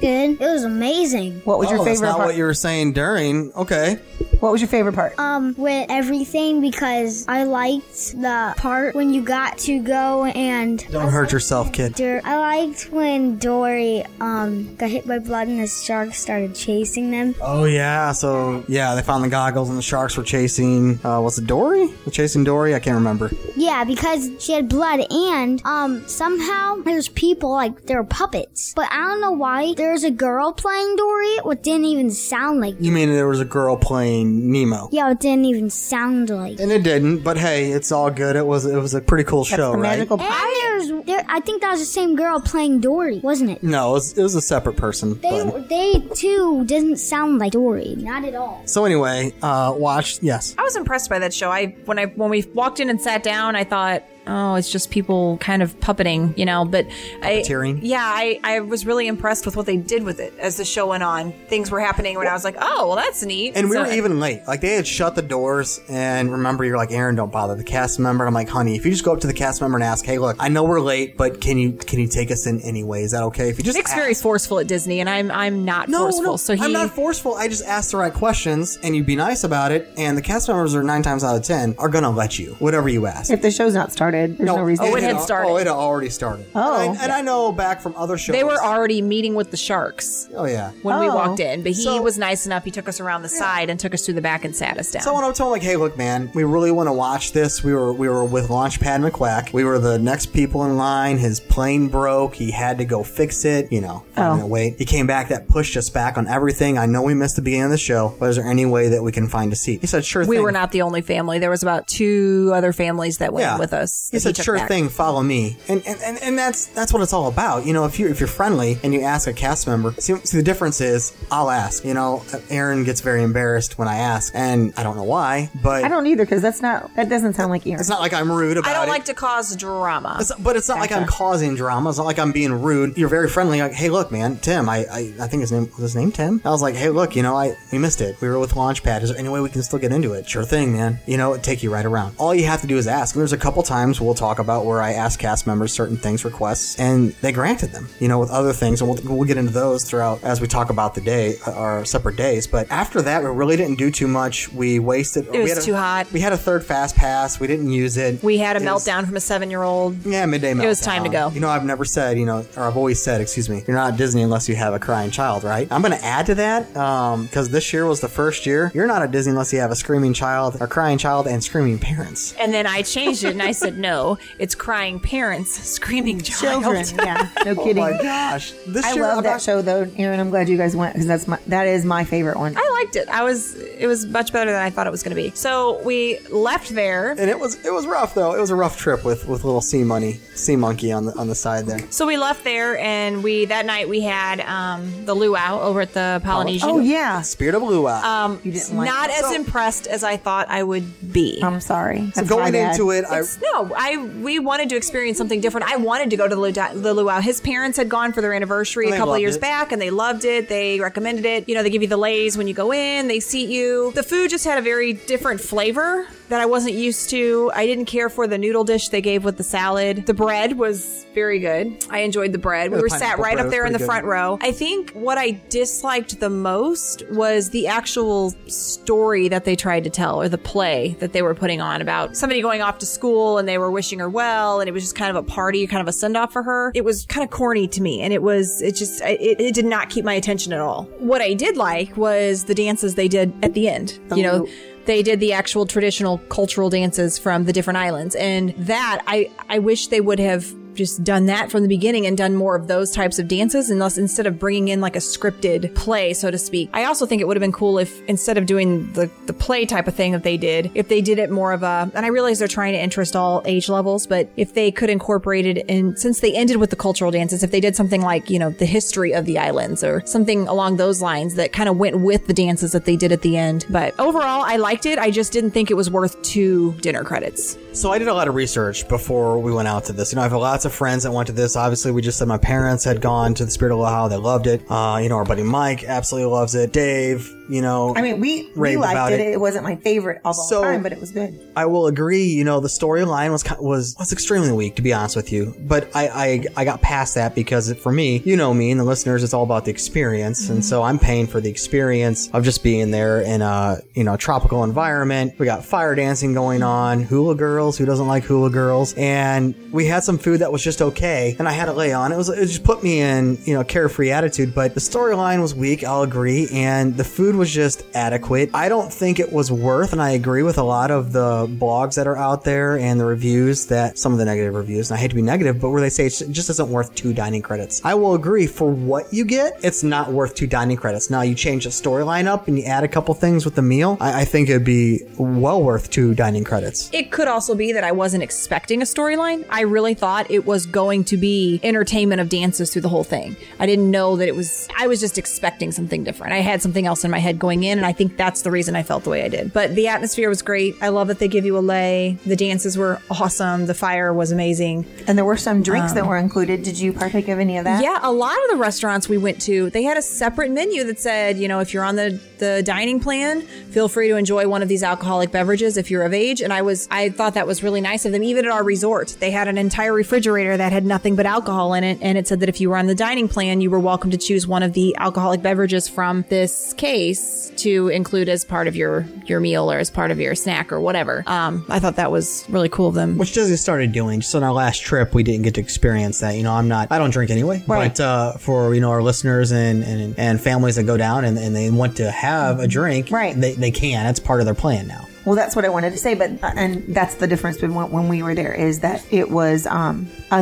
Speaker 3: good. It was amazing.
Speaker 6: What was
Speaker 1: oh, That's not what you were saying during. Okay.
Speaker 6: What was your favorite part?
Speaker 3: Um, with everything because I liked the part when you got to go and
Speaker 1: Don't hurt yourself, kid.
Speaker 3: Dur- I liked when Dory um got hit by blood and the shark started chasing them.
Speaker 1: Oh yeah, so yeah, they found the goggles and the sharks were chasing. Uh, was it Dory? Were chasing Dory? I can't remember.
Speaker 3: Yeah, because she had blood and um somehow there's people like they were puppets. But I don't know why there's a girl playing Dory what didn't even sound like
Speaker 1: You mean there was a girl playing Nemo?
Speaker 3: Yeah, it didn't even sound like
Speaker 1: And it didn't, but hey, it's all good. It was it was a pretty cool show, right?
Speaker 3: And there's there I think that was the same girl playing Dory, wasn't it?
Speaker 1: No, it was, it was a separate person.
Speaker 3: They
Speaker 1: but-
Speaker 3: they too didn't sound like Dory. Not at all.
Speaker 1: So anyway, uh, watch. Yes.
Speaker 7: I was impressed by that show. I when I when we walked in and sat down, I thought, oh, it's just people kind of puppeting, you know. But I,
Speaker 1: Puppeteering.
Speaker 7: yeah, I I was really impressed with what they did with it as the show went on. Things were happening when I was like, oh, well, that's neat.
Speaker 1: And we
Speaker 7: So-
Speaker 1: were even late. Like they had shut the doors. And remember, you're like, Aaron, don't bother the cast member. And I'm like, honey, if you just go up to the cast member and ask, hey, look, I know we're late, but can you can you take us in anyway? Is that okay? If you just
Speaker 7: Nick's
Speaker 1: ask-
Speaker 7: very forceful at Disney, and I'm I'm not
Speaker 1: no,
Speaker 7: forceful.
Speaker 1: no,
Speaker 7: so he
Speaker 1: I'm not forceful. I just ask the right questions, and you be nice about it. And the cast members are nine times out of ten are gonna let you whatever you ask.
Speaker 6: If the show's not started, there's no, reason.
Speaker 1: it al- Oh, it had already started.
Speaker 6: Oh.
Speaker 1: and I, and I know back from other shows.
Speaker 7: they were already meeting with the sharks.
Speaker 1: Oh yeah.
Speaker 7: When we
Speaker 1: Oh.
Speaker 7: walked in, but he was nice enough. He took us around the side and took us through the back and sat us down.
Speaker 1: So when I'm told like, hey, look, man, we really want to watch this. We were we were with Launchpad McQuack. We were the next people in line. His plane broke. He had to go fix it. You know, five
Speaker 8: Oh.
Speaker 1: minute wait. He came back. That pushed us back on everything. I know we missed the beginning of the show, but is there any way that we can find a seat? He said, sure
Speaker 7: we
Speaker 1: thing.
Speaker 7: were not the only family. There was about two other families that went
Speaker 1: Yeah.
Speaker 7: with us.
Speaker 1: He
Speaker 7: that
Speaker 1: said,
Speaker 7: took
Speaker 1: "Sure
Speaker 7: back.
Speaker 1: thing, follow me." And, and and and that's that's what it's all about. You know, if you if you're friendly and you ask a cast member, see, see the difference is I'll ask. You know, Aaron gets very embarrassed when I ask, and I don't know why, but
Speaker 6: I don't either because that's not. That doesn't sound like Aaron.
Speaker 1: it's not like I'm rude about
Speaker 7: I don't
Speaker 1: it.
Speaker 7: like to cause drama.
Speaker 1: It's- but it's not like I'm causing drama. It's not like I'm being rude. You're very friendly. Like, hey, look, man, Tim. I, I, I think his name was his name Tim. I was like, hey, look, you know, I we missed it. We were with Launchpad. Is there any way we can still get into it? Sure thing, man. You know, it'd take you right around. All you have to do is ask. And there's a couple times we'll talk about where I asked cast members certain things, requests, and they granted them. You know, with other things, and we'll, we'll get into those throughout as we talk about the day, uh, our separate days. But after that, we really didn't do too much. We wasted.
Speaker 7: It
Speaker 1: we
Speaker 7: was
Speaker 1: had a-
Speaker 7: too hot.
Speaker 1: We had a third fast pass. We didn't use it.
Speaker 7: We had a
Speaker 1: It was-
Speaker 7: meltdown from a seven-year-old.
Speaker 1: yeah, midday meltdown.
Speaker 7: It was time to go.
Speaker 1: You know, I've never said, you know, or I've always said, excuse me, you're not Disney unless you have a crying child, right? I'm going to add to that because this year was the first year. You're not at Disney unless you have a screaming child, a crying child, and screaming parents.
Speaker 7: And then I changed it and I said, no, it's crying parents, screaming child.
Speaker 6: Children, yeah.
Speaker 1: <laughs>
Speaker 6: No
Speaker 7: Oh
Speaker 6: kidding.
Speaker 7: my
Speaker 1: gosh.
Speaker 6: I love that show though, Aaron. I'm glad you guys went because that's my that is my favorite one.
Speaker 7: I liked it. I was it was much better than I thought it was going to be. So we left there.
Speaker 1: And it was it was rough though. It was a rough trip with with little sea money, sea monkey on the on the side there.
Speaker 7: So we left there and we that night we had um, the luau over at the Polynesian.
Speaker 6: Oh, yeah,
Speaker 1: Spirit of Luau.
Speaker 7: Ah. Um,
Speaker 1: like
Speaker 7: not
Speaker 1: it.
Speaker 7: as
Speaker 1: So-
Speaker 7: impressed as I thought I would be.
Speaker 6: um,
Speaker 7: I'm
Speaker 6: sorry.
Speaker 1: So going into it, I
Speaker 7: no, I we wanted to experience something different. I wanted to go to the, Luda- the luau. His parents had gone for their anniversary
Speaker 6: And
Speaker 7: a
Speaker 6: they
Speaker 7: couple of
Speaker 6: loved
Speaker 7: years
Speaker 6: it.
Speaker 7: back, and they loved it. They recommended it. You know, they give you the lays when you go in. They seat you. The food just had a very different flavor that I wasn't used to. I didn't care for the noodle dish they gave with the salad. The bread was very good. I enjoyed the bread. we
Speaker 6: Yeah, the
Speaker 7: were sat
Speaker 6: pineapple
Speaker 7: right
Speaker 6: bread
Speaker 7: up
Speaker 6: was
Speaker 7: there in the
Speaker 6: pretty good.
Speaker 7: front row. I think what I disliked the most was the actual story that they tried to tell or the play that they were putting on about somebody going off to school and they were wishing her well and it was just kind of a party, kind of a send off for her. It was kind of corny to me and it was, it just, I- it, it did not keep my attention at all. What I did like was the dances they did at the end. You know, they did the actual traditional cultural dances from the different islands and that i i wish they would have just done that from the beginning and done more of those types of dances unless instead of bringing in like a scripted play so to speak i also think it would have been cool if instead of doing the the play type of thing that they did if they did it more of a and i realize they're trying to interest all age levels but if they could incorporate it in since they ended with the cultural dances if they did something like you know the history of the islands or something along those lines that kind of went with the dances that they did at the end but overall i liked it i just didn't think it was worth two dinner credits
Speaker 1: So I did a lot of research before we went out to this. You know, I have lots of friends that went to this. Obviously, we just said my parents had gone to the Spirit of Ohio. They loved it. Uh, you know, our buddy Mike absolutely loves it. Dave, you know.
Speaker 6: I mean, we, we
Speaker 1: raved
Speaker 6: liked
Speaker 1: about
Speaker 6: it.
Speaker 1: it.
Speaker 6: it. wasn't my favorite of all time, but it was good.
Speaker 1: I will agree. You know, the storyline was ki- was was extremely weak, to be honest with you. But I I, I got past that because it, for me, you know me and the listeners, it's all about the experience, and so I'm paying for the experience of just being there in a you know tropical environment. We got fire dancing going on, hula girls. Who doesn't like hula girls? And we had some food that was just okay, and I had to lay on. It was it just put me in you know carefree attitude. But the storyline was weak. I'll agree, and the food was just adequate. I don't think it was worth, and I agree with a lot of the blogs that are out there and the reviews that some of the negative reviews. And I hate to be negative, but where they say it just isn't worth two dining credits. I will agree for what you get, it's not worth two dining credits. Now you change the storyline up and you add a couple things with the meal. I, I think it'd be well worth two dining credits.
Speaker 7: It could also be that I wasn't expecting a storyline. I really thought it was going to be entertainment of dances through the whole thing. I didn't know that it was, I was just expecting something different. I had something else in my head going in, and I think that's the reason I felt the way I did. But the atmosphere was great. I love that they give you a lay. The dances were awesome. The fire was amazing.
Speaker 6: And there were some drinks that
Speaker 7: Um,
Speaker 6: were included. Did you partake of any of that?
Speaker 7: Yeah, a lot of the restaurants we went to, they had a separate menu that said, you know, if you're on the the dining plan, feel free to enjoy one of these alcoholic beverages if you're of age. And I was, I thought that was really nice of them. Even at our resort, they had an entire refrigerator that had nothing but alcohol in it, and it said that if you were on the dining plan, you were welcome to choose one of the alcoholic beverages from this case to include as part of your your meal or as part of your snack or whatever. Um, I thought that was really cool of them.
Speaker 1: Which Disney started doing. Just on our last trip, we didn't get to experience that. You know, I'm not, I don't drink anyway.
Speaker 7: Right.
Speaker 1: But uh, for you know our listeners and, and and families that go down and, and they want to have a drink, right? They, they can. That's part of their plan now.
Speaker 6: Well, that's what I wanted to say, but and that's the difference between when, when we were there is that it was um,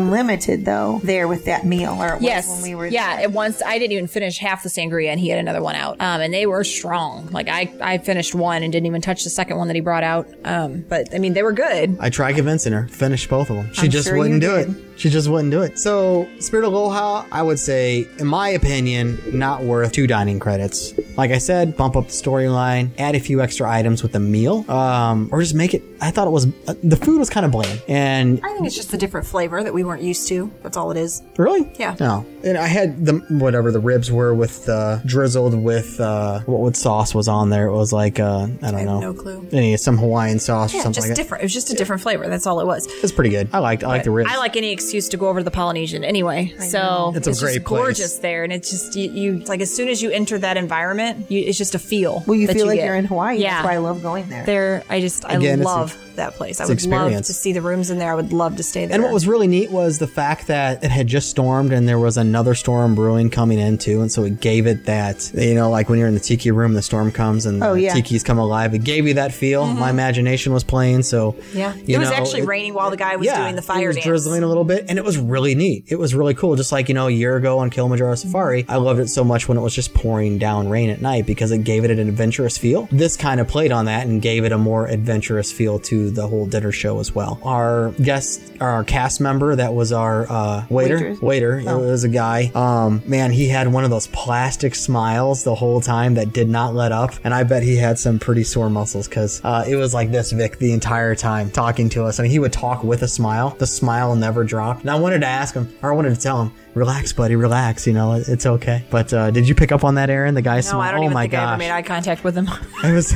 Speaker 6: unlimited though there with that meal or it
Speaker 7: yes,
Speaker 6: was when we were
Speaker 7: yeah. It once I didn't even finish half the sangria, and he had another one out. Um, and they were strong. Like I, I finished one and didn't even touch the second one that he brought out. Um, but I mean, they were good.
Speaker 1: I tried convincing her, finished both of them. She
Speaker 7: I'm
Speaker 1: just
Speaker 7: sure
Speaker 1: wouldn't
Speaker 7: you
Speaker 1: do
Speaker 7: did.
Speaker 1: it. She just wouldn't do it. So, Spirit of Aloha, I would say, in my opinion, not worth two dining credits. Like I said, bump up the storyline, add a few extra items with the meal, um, or just make it. I thought it was uh, the food was kind of bland, and
Speaker 9: I think it's just a different flavor that we weren't used to. That's all it is.
Speaker 1: Really?
Speaker 9: Yeah.
Speaker 1: No. And I had the whatever the ribs were with uh, drizzled with uh, what what sauce was on there. It was like uh, I don't know.
Speaker 9: no clue.
Speaker 1: Any some Hawaiian sauce or
Speaker 7: Yeah,
Speaker 1: something
Speaker 7: just
Speaker 1: like
Speaker 7: different. It was just a different flavor. That's all it was.
Speaker 1: that. It's pretty good. I liked I liked the ribs.
Speaker 7: I like any excuse to go over to the Polynesian anyway. so
Speaker 1: It's a great
Speaker 7: just
Speaker 1: place.
Speaker 7: gorgeous there, and it's just you, you it's like as soon as you enter that environment, you, it's just a feel.
Speaker 6: Well, you
Speaker 7: that
Speaker 6: feel like
Speaker 7: get.
Speaker 6: you're in Hawaii.
Speaker 7: Yeah,
Speaker 6: That's why I love going there.
Speaker 7: there. I just I
Speaker 1: Again, it's a-
Speaker 7: love that place. I
Speaker 1: it's
Speaker 7: would love
Speaker 1: experience.
Speaker 7: to see the rooms in there. I would love to stay there.
Speaker 1: And what was really neat was the fact that it had just stormed and there was another storm brewing coming in too. And so it gave it that, you know, like when you're in the tiki room, the storm comes and
Speaker 7: Oh,
Speaker 1: the
Speaker 7: yeah. Mm-hmm.
Speaker 1: tiki's come alive. It gave you that feel. My imagination was playing. So,
Speaker 7: Yeah,
Speaker 1: you
Speaker 7: it was
Speaker 1: know,
Speaker 7: actually
Speaker 1: it-
Speaker 7: raining while the guy was doing the
Speaker 1: it
Speaker 7: fire
Speaker 1: was
Speaker 7: dance.
Speaker 1: drizzling a little bit, and it was really neat. It was really cool. Just like you know, a year ago on Kilimanjaro Safari, I loved it so much when it was just pouring down rain at night because it gave it an adventurous feel. This kind of played on that and gave it a more adventurous feel to the whole dinner show as well. Our guest, our cast member, that was our uh, waiter,
Speaker 10: Waitress.
Speaker 1: waiter.
Speaker 10: Oh.
Speaker 1: It was a guy. Um, man, he had one of those plastic smiles the whole time that did not let up, and I bet he had some pretty sore muscles because uh, it was like this, Vic, the entire time talking to us. I mean, he would talk with a smile. The smile never dropped, and I wanted to ask him, or I wanted to tell him, "Relax, buddy, relax. You know, it- it's okay." But uh, did you pick up on that, Aaron? The guy's
Speaker 7: no,
Speaker 1: smile.
Speaker 7: I don't
Speaker 1: oh
Speaker 7: even
Speaker 1: my
Speaker 7: think I ever
Speaker 1: gosh!
Speaker 7: made eye contact
Speaker 1: <laughs>
Speaker 7: with him.
Speaker 1: I was.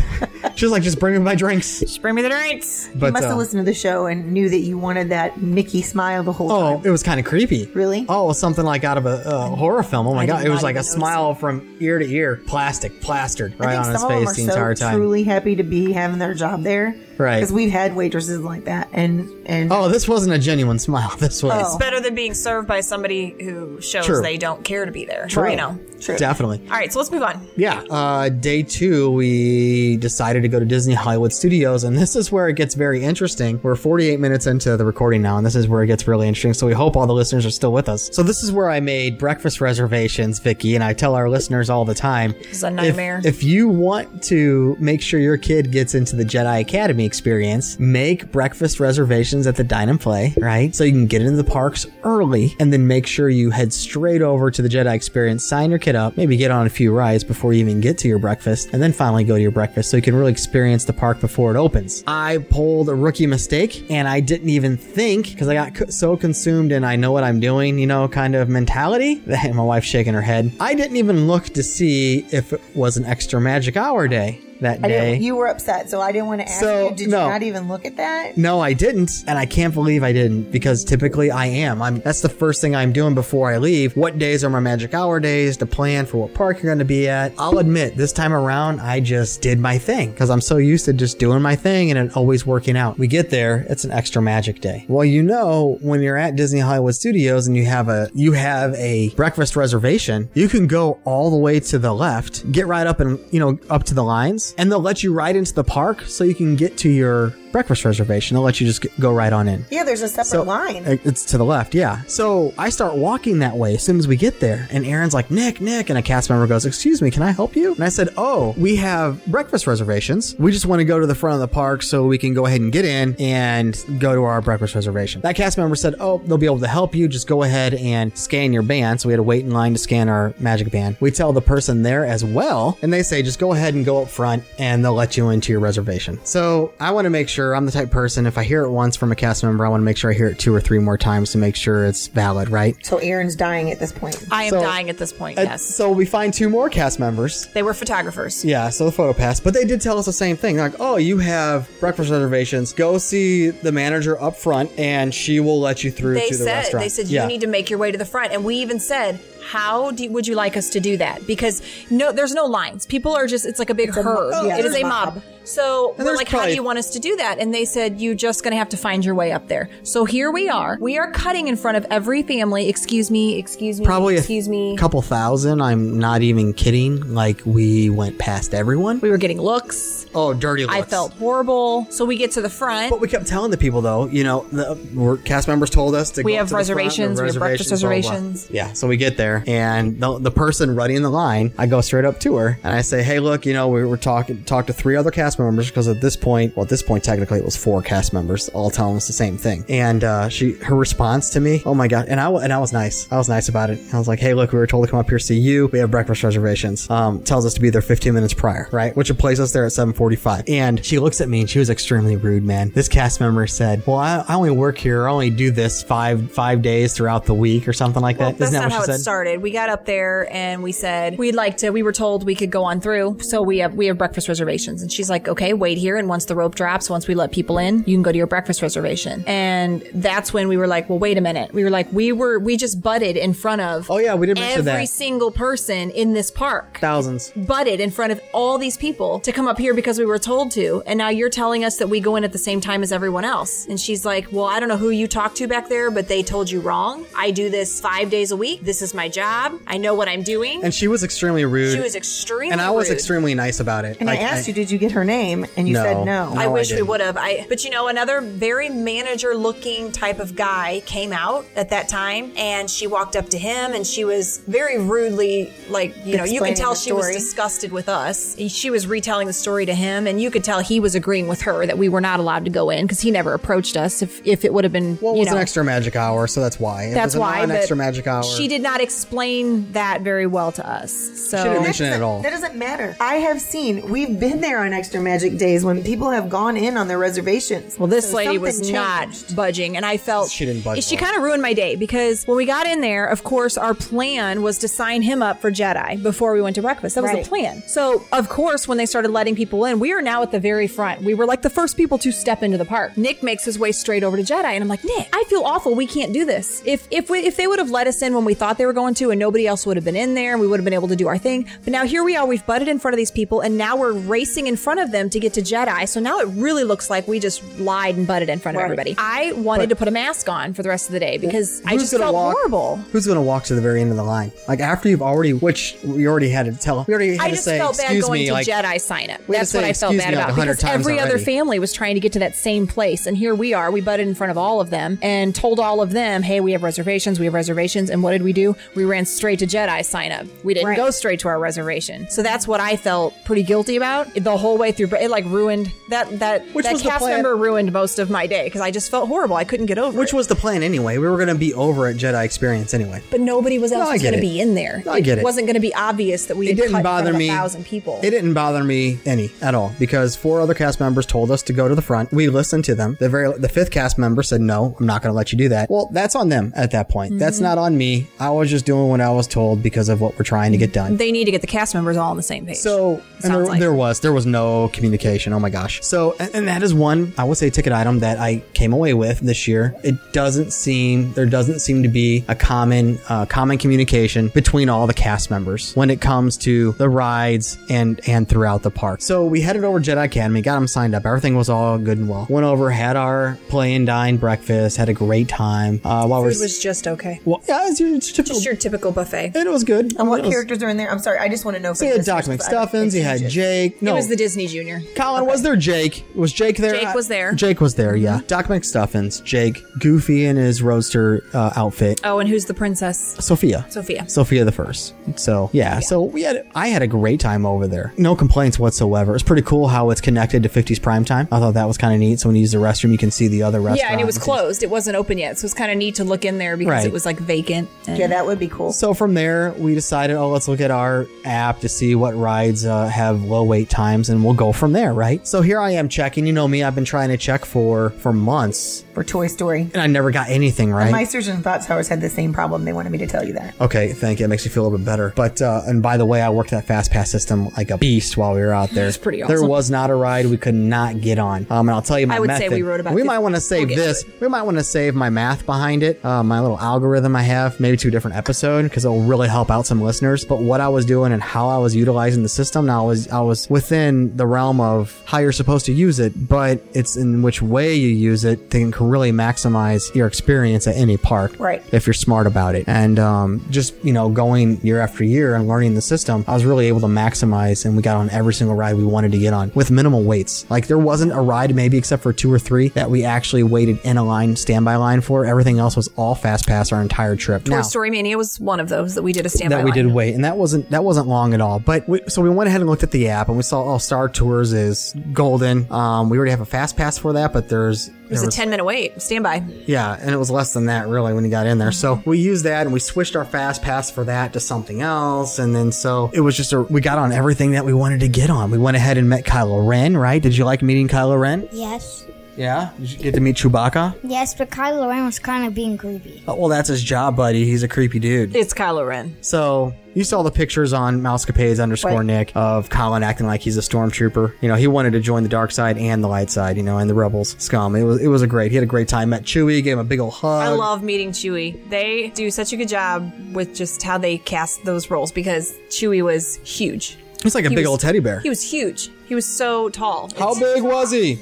Speaker 1: she was like, "Just bring me my drinks."
Speaker 7: Just bring me the drinks.
Speaker 1: But,
Speaker 6: you must
Speaker 1: uh,
Speaker 6: have listened to the show and knew that you wanted that Mickey smile the whole
Speaker 1: Oh,
Speaker 6: time.
Speaker 1: it was kind of creepy. Really? Oh, it was something like out of a uh, horror film. Oh my
Speaker 6: I did
Speaker 1: god! It was
Speaker 6: not
Speaker 1: like a
Speaker 6: even notice
Speaker 1: smile from ear to ear, plastic, plastered right
Speaker 6: I
Speaker 1: on
Speaker 6: think
Speaker 1: his
Speaker 6: some of them
Speaker 1: face
Speaker 6: are
Speaker 1: the
Speaker 6: so
Speaker 1: entire time.
Speaker 6: truly happy to be having their job there,
Speaker 1: Right.
Speaker 6: Because we've had waitresses like that, and and
Speaker 1: oh, this wasn't a genuine smile. <laughs> This was
Speaker 7: It's better than being served by somebody who shows
Speaker 1: True.
Speaker 7: Oh. they don't care to be there.
Speaker 1: True.
Speaker 7: You know.
Speaker 6: Oh.
Speaker 1: Definitely.
Speaker 7: All right, so let's move on.
Speaker 1: Yeah. Uh, day two, we decided to go to Disney Hollywood Studios, and this is where it gets very interesting. We're 48 minutes into the recording now, and this is where it gets really interesting. So we hope all the listeners are still with us. So this is where I made breakfast reservations, Vicky, and I tell our listeners all the time.
Speaker 7: This is a nightmare.
Speaker 1: If, if you want to make sure your kid gets into the Jedi Academy, experience, make breakfast reservations at the Dine and Play, right? So you can get into the parks early and then make sure you head straight over to the Jedi Experience, sign your kid up, maybe get on a few rides before you even get to your breakfast, and then finally go to your breakfast so you can really experience the park before it opens. I pulled a rookie mistake and I didn't even think because I got co- so consumed in I know what I'm doing, you know, kind of mentality <laughs> that my wife's shaking her head. I didn't even look to see if it was an extra magic hour day that
Speaker 6: I
Speaker 1: day.
Speaker 6: didn't, you were upset, so I didn't want to ask you. Did you not even look at that?
Speaker 1: No, I didn't, and I can't believe I didn't because typically I am. I'm that's the first thing I'm doing before I leave. What days are my magic hour days to plan for what park you're going to be at? I'll admit this time around I just did my thing because I'm so used to just doing my thing and it always working out. We get there, it's an extra magic day. Well, you know when you're at Disney Hollywood Studios and you have a you have a breakfast reservation, you can go all the way to the left, get right up and you know up to the lines, and they'll let you right into the park so you can get to your breakfast reservation. They'll let you just g- go right on in.
Speaker 6: Yeah, there's a separate line.
Speaker 1: It- It's to the left, yeah. So I start walking that way as soon as we get there. And Aaron's like, Nick, Nick. And a cast member goes, Excuse me, can I help you? And I said, Oh, we have breakfast reservations. We just want to go to the front of the park so we can go ahead and get in and go to our breakfast reservation. That cast member said, Oh, they'll be able to help you. Just go ahead and scan your band. So we had to wait in line to scan our magic band. We tell the person there as well. And they say, Just go ahead and go up front and they'll let you into your reservation. So I want to make sure I'm the type of person, if I hear it once from a cast member, I want to make sure I hear it two or three more times to make sure it's valid, right?
Speaker 6: So Aaron's dying at this point.
Speaker 7: I am dying at this point.
Speaker 1: Uh,
Speaker 7: Yes,
Speaker 1: So we find two more cast members.
Speaker 7: they were photographers.
Speaker 1: Yeah, so the photo pass. But they did tell us the same thing. Like, oh, you have breakfast reservations. Go see the manager up front, and she will let you through
Speaker 7: They
Speaker 1: to the
Speaker 7: said
Speaker 1: restaurant.
Speaker 7: they said
Speaker 1: Yeah.
Speaker 7: you need to make your way to the front, and we even said, "How do, would you like us to do that?" Because no, there's no lines. People are just it's like a big
Speaker 11: a
Speaker 7: herd.
Speaker 11: mob. Yeah,
Speaker 7: it is
Speaker 11: there's
Speaker 7: a
Speaker 11: a
Speaker 7: mob.
Speaker 11: mob.
Speaker 7: So we're
Speaker 11: there's
Speaker 7: like, "How do
Speaker 11: probably-
Speaker 7: you want us to do that?" And they said, "You're just going to have to find your way up there." So here we are. We are cutting in front of every family. Excuse me. Excuse me.
Speaker 1: Probably a
Speaker 7: excuse me.
Speaker 1: couple thousand. I'm not even kidding. Like we went past everyone.
Speaker 7: We were getting looks.
Speaker 1: Oh, dirty looks.
Speaker 7: I felt horrible. So we get to the front. But
Speaker 1: we kept telling the people though, you know, the we're, cast members told us to.
Speaker 7: We
Speaker 1: go up
Speaker 7: have
Speaker 1: to the front,
Speaker 7: reservations, we have breakfast
Speaker 1: blah, blah, blah.
Speaker 7: reservations.
Speaker 1: Yeah, so we get there, and the, the person running the line, I go straight up to her and I say, "Hey, look, you know, we were talking talk to three other cast members because at this point, well, at this point, technically it was four cast members, all telling us the same thing." And uh, she, her response to me, "Oh my god!" And I wa- and I was nice, I was nice about it. I was like, "Hey, look, we were told to come up here, see you. We have breakfast reservations. Um, tells us to be there 15 minutes prior, right? Which would place us there at 7:45." And she looks at me and she was extremely rude, man. This cast member said, "Well, I, I only work here, I only do this five five days throughout the week or something like that."
Speaker 7: That's
Speaker 1: Isn't that
Speaker 7: not
Speaker 1: what
Speaker 7: how
Speaker 1: she
Speaker 7: it
Speaker 1: said?
Speaker 7: started. We got up there and we said we'd like to. We were told we could go on through, so we have we have breakfast reservations. And she's like, "Okay, wait here." And once the rope drops, once we let people in, you can go to your breakfast reservation. And that's when we were like, "Well, wait a minute." We were like, "We were we just butted in front of
Speaker 1: oh yeah, we did mention
Speaker 7: every
Speaker 1: that.
Speaker 7: single person in this park."
Speaker 1: Thousands.
Speaker 7: Butted in front of all these people to come up here because we were told to, and now you're telling us that we go in at the same time as everyone else. And she's like, Well, I don't know who you talked to back there, but they told you wrong. I do this five days a week. This is my job. I know what I'm doing.
Speaker 1: And she was extremely rude.
Speaker 7: She was extremely
Speaker 1: And I was
Speaker 7: rude.
Speaker 1: extremely nice about it.
Speaker 6: And I asked you, did you get her name? And you
Speaker 1: No.
Speaker 6: said
Speaker 1: No,
Speaker 6: no.
Speaker 7: I wish we
Speaker 1: didn't.
Speaker 7: would have. I but you know another very manager looking type of guy came out at that time and she walked up to him and she was very rudely like you know you could
Speaker 6: Explaining
Speaker 7: tell
Speaker 6: the
Speaker 7: she was
Speaker 6: story.
Speaker 7: disgusted with us. She was retelling the story to him and you could tell he was agreeing with her that we were not allowed to go in because he never approached us if if it would have been
Speaker 1: Well, it
Speaker 7: you
Speaker 1: was
Speaker 7: know
Speaker 1: an extra magic hour, so that's why. It
Speaker 7: that's
Speaker 1: was
Speaker 7: why
Speaker 1: An
Speaker 7: but
Speaker 1: extra magic hour.
Speaker 7: She did not explain that very well to us. So
Speaker 1: didn't mention it at all.
Speaker 6: That doesn't matter. I have seen, we've been there on extra magic days when people have gone in on their reservations.
Speaker 7: Well, this
Speaker 6: So
Speaker 7: lady was
Speaker 6: something changed.
Speaker 7: not budging, and I felt
Speaker 6: She didn't budge
Speaker 7: She
Speaker 6: well.
Speaker 7: kind of ruined my day because when we got in there, of course, our plan was to sign him up for Jedi before we went to breakfast. That was
Speaker 6: Right.
Speaker 7: the plan. So, of course, when they started letting people in, we are now at the very front. We were like the first people to step into the park. Nick makes his way straight over to Jedi, and I'm like, Nick, I feel awful. We can't do this. If if we, if they would have let us in when we thought they were going to, and nobody else would have been in there, and we would have been able to do our thing. But now here we are. We've butted in front of these people, and now we're racing in front of them to get to Jedi. So now it really looks like we just lied and butted in front of
Speaker 1: Right.
Speaker 7: everybody. I wanted
Speaker 1: But-
Speaker 7: to put a mask on for the rest of the day because I
Speaker 1: Who's
Speaker 7: just
Speaker 1: gonna
Speaker 7: felt
Speaker 1: walk-
Speaker 7: horrible.
Speaker 1: Who's going to walk to the very end of the line? Like after you've already, which we already had to tell. We already had
Speaker 7: I
Speaker 1: to
Speaker 7: just
Speaker 1: say,
Speaker 7: felt bad
Speaker 1: excuse
Speaker 7: going
Speaker 1: me,
Speaker 7: to
Speaker 1: like,
Speaker 7: Jedi sign up.
Speaker 1: we had to
Speaker 7: That's what
Speaker 1: say,
Speaker 7: I felt
Speaker 1: "Excuse
Speaker 7: bad
Speaker 1: me," like
Speaker 7: about
Speaker 1: 100
Speaker 7: because
Speaker 1: times
Speaker 7: every other
Speaker 1: already.
Speaker 7: family was trying to get to that same place, and here we are. We butted in front of all of them and told all of them, "Hey, we have reservations. We have reservations." And what did we do? We ran straight to Jedi sign up. We didn't go straight to our reservation. So that's what I felt pretty guilty about the whole way through, but it like ruined that that
Speaker 1: Which
Speaker 7: that
Speaker 1: was the
Speaker 7: cast
Speaker 1: plan-
Speaker 7: member ruined most of my day because I just felt horrible. I couldn't get over
Speaker 1: Which
Speaker 7: it.
Speaker 1: was the plan anyway. We were going to be over at Jedi Experience anyway.
Speaker 7: But nobody was
Speaker 1: No,
Speaker 7: else
Speaker 1: I
Speaker 7: was
Speaker 1: get
Speaker 7: going to
Speaker 1: it.
Speaker 7: be in there.
Speaker 1: No, I get it.
Speaker 7: wasn't going to be obvious that we
Speaker 1: It
Speaker 7: had
Speaker 1: didn't
Speaker 7: cut in front
Speaker 1: bother
Speaker 7: of
Speaker 1: me.
Speaker 7: a thousand people.
Speaker 1: It didn't bother me any at all because four other cast members told us to go to the front. We listened to them. The very the fifth cast member said, "No, I'm not going to let you do that." Well, that's on them at that point. That's
Speaker 7: Mhm.
Speaker 1: not on me. I was just doing what I was told because of what we're trying to get done.
Speaker 7: They need to get the cast members all on the same page.
Speaker 1: So And there,
Speaker 7: sounds like
Speaker 1: there was there was no communication. Oh my gosh. So and, and that is one I would say ticket item that I came away with this year. It doesn't seem there doesn't seem to be a common uh, common communication between all the cast members when it comes to the rides and and throughout the park. So we headed over to Jedi Academy, got them signed up. Everything was all good and well. Went over, had our play and dine breakfast, had a great time. Uh, while
Speaker 7: food
Speaker 1: we're
Speaker 7: was just okay.
Speaker 1: Well, yeah, it's your typical,
Speaker 7: just your typical buffet.
Speaker 1: it was good.
Speaker 6: And what
Speaker 1: It was-
Speaker 6: characters are in there? I'm sorry, I just want to know.
Speaker 1: So you had Doc McStuffins, you had Jake. No,
Speaker 7: It was the Disney Junior.
Speaker 1: Colin, was there Jake? Was Jake there?
Speaker 7: Jake was there. Mm-hmm.
Speaker 1: Jake was there, yeah. Doc McStuffins, Jake, Goofy in his roadster uh, outfit,
Speaker 7: Oh, and who's the princess?
Speaker 1: Sophia.
Speaker 7: Sophia.
Speaker 1: Sophia the first. So yeah, so we had I had a great time over there. No complaints whatsoever. It's pretty cool how it's connected to 50s prime time. I thought that was kind of neat. So when you use the restroom, you can see the other restaurant.
Speaker 7: Yeah, and it was closed. It wasn't open yet, so it's kind of neat to look in there because
Speaker 1: Right.
Speaker 7: it was like vacant. and-
Speaker 6: Yeah, that would be cool.
Speaker 1: So from there, we decided, oh, let's look at our app to see what rides uh, have low wait times, and we'll go from there, right? So here I am checking. You know me; I've been trying to check for for months
Speaker 6: for Toy Story,
Speaker 1: and I never got anything right.
Speaker 6: My Meisters and Thought Towers had the same problem. They wanted me to tell you that.
Speaker 1: Okay, thank you. It makes me feel a little bit better. But uh, and by the way, I worked that fast pass system like a beast while we were out there.
Speaker 7: It's pretty
Speaker 1: There
Speaker 7: awesome.
Speaker 1: was not a ride we could not get on. Um, and I'll tell you my
Speaker 7: I would say
Speaker 1: method.
Speaker 7: we rode about
Speaker 1: We
Speaker 7: fif-
Speaker 1: might want to save
Speaker 7: get to
Speaker 1: this. We might want to save my math behind it. Uh, my little algorithm I have, maybe to a different episode because it'll really help out some listeners. But what I was doing and how I was utilizing the system, now I was I was within the realm of how you're supposed to use it, but it's in which way you use it that can really maximize your experience at any park
Speaker 6: Right.
Speaker 1: if you're smart about it. And um, just you know, going year after year and learning the system, I was really able to maximize, and we got on every single ride we wanted to get on with minimal waits. Like there wasn't a ride, maybe except for two or three, that we actually waited in a line, standby line for. Everything else was all fast pass our entire trip.
Speaker 7: Toy
Speaker 1: Now-
Speaker 7: Story Mania was one of those that we did a standby.
Speaker 1: that we
Speaker 7: line.
Speaker 1: did wait, and that wasn't that wasn't long at all. But we, so we went ahead and looked at the app, and we saw oh, Star Tours is golden. Um, we already have a fast pass for that, but there's
Speaker 7: It was a ten minute wait standby.
Speaker 1: yeah, and it was less than that really when you got in there. So
Speaker 3: Mm-hmm.
Speaker 1: we used that and we switched our fast pass for that to something else. And then so it was just a, we got on everything that we wanted to get on. We went ahead and met Kylo Ren, right? Did you like meeting Kylo Ren?
Speaker 3: Yes.
Speaker 1: Yeah. Did you get to meet Chewbacca?
Speaker 3: Yes, but Kylo Ren was kind of being creepy.
Speaker 1: Oh, well, that's his job, buddy. He's a creepy dude.
Speaker 7: It's Kylo Ren.
Speaker 1: So you saw the pictures on Mousecapades underscore
Speaker 7: Right.
Speaker 1: Nick of Colin acting like he's a stormtrooper. You know, he wanted to join the dark side and the light side. You know, and the rebels scum. It was it was a great. He had a great time. Met Chewie, gave him a big old hug.
Speaker 7: I love meeting Chewie. They do such a good job with just how they cast those roles because Chewie was huge.
Speaker 1: He's like a
Speaker 7: He
Speaker 1: big
Speaker 7: was-
Speaker 1: old teddy bear.
Speaker 7: He was huge. He was so tall.
Speaker 1: How big was he?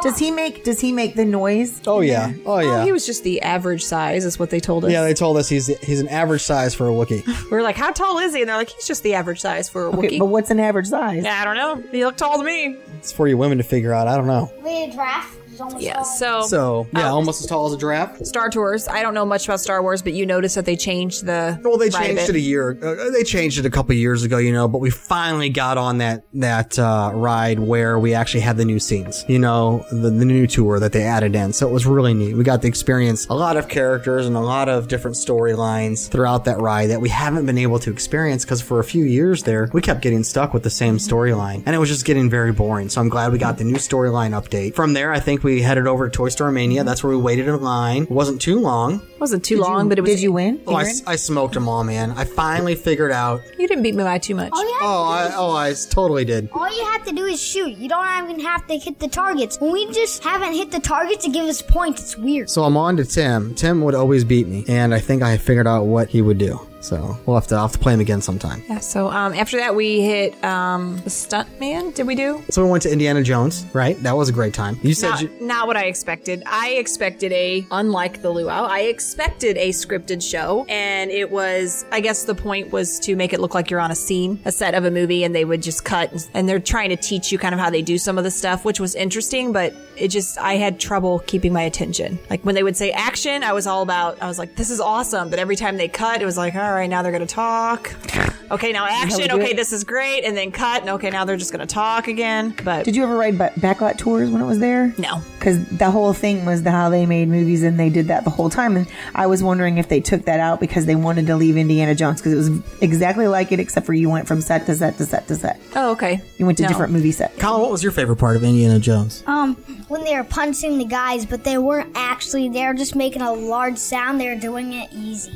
Speaker 6: Does he make Does he make the noise?
Speaker 1: Oh yeah. Oh yeah.
Speaker 7: he was just the average size, is what they told us.
Speaker 1: yeah, they told us he's he's an average size for a Wookiee.
Speaker 7: we were like, "How tall is he?" And they're like, "He's just the average size for a
Speaker 6: Okay,
Speaker 7: Wookiee."
Speaker 6: but what's an average size?
Speaker 7: I don't know. He looked tall to me.
Speaker 1: It's for you women to figure out. I don't know.
Speaker 3: We had draft.
Speaker 7: Yeah. So.
Speaker 1: So yeah, almost as tall as a giraffe.
Speaker 7: Star Tours. I don't know much about Star Wars, but you noticed that they changed the.
Speaker 1: Well, they
Speaker 7: ride of
Speaker 1: changed it a year. Uh, they changed it a couple years ago, you know. But we finally got on that that uh, ride where we actually had the new scenes, you know, the, the new tour that they added in. So it was really neat. We got to experience a lot of characters and a lot of different storylines throughout that ride that we haven't been able to experience because for a few years there we kept getting stuck with the same storyline and it was just getting very boring. So I'm glad we got the new storyline update. From there, I think we headed over to Toy Story Mania. That's where we waited in line. It wasn't too long.
Speaker 7: It wasn't too long, but it was. e-
Speaker 6: Did you win?
Speaker 1: Oh, I, s- I smoked them all, man. I finally figured out.
Speaker 7: You didn't beat me by too much.
Speaker 1: Oh, I, oh, I s- totally did.
Speaker 3: All you have to do is shoot. You don't even have to hit the targets. When we just haven't hit the targets to give us points, it's weird.
Speaker 1: So I'm on to Tim. Tim would always beat me, and I think I figured out what he would do. So we'll have to, I'll have to play him again sometime.
Speaker 7: Yeah. So um, after that, we hit um, the stunt man. Did we do?
Speaker 1: So we went to Indiana Jones, right? That was a great time. You said
Speaker 7: Not,
Speaker 1: you,
Speaker 7: not what I expected. I expected a, unlike the luau, I expected a scripted show. And it was, I guess the point was to make it look like you're on a scene, a set of a movie, and they would just cut. And they're trying to teach you kind of how they do some of the stuff, which was interesting, but it just, I had trouble keeping my attention. Like when they would say action, I was all about, I was like, this is awesome. But every time they cut, it was like, all all right, now they're going to talk. Okay, now
Speaker 6: we
Speaker 7: action.
Speaker 6: do
Speaker 7: Okay,
Speaker 6: it.
Speaker 7: this is great. And then cut. And okay, now they're just going to talk again. But
Speaker 6: Did you ever ride ba- backlot tours when it was there?
Speaker 7: No.
Speaker 6: Because the whole thing was the how they made movies and they did that the whole time. And I was wondering if they took that out because they wanted to leave Indiana Jones because it was exactly like it, except for you went from set to set to set to set.
Speaker 7: Oh, okay.
Speaker 6: You went to
Speaker 3: No.
Speaker 6: different movie sets.
Speaker 1: Colin, what was your favorite part of Indiana Jones?
Speaker 3: Um, when they were punching the guys, but they weren't actually. They were just making a large sound. They were doing it easy,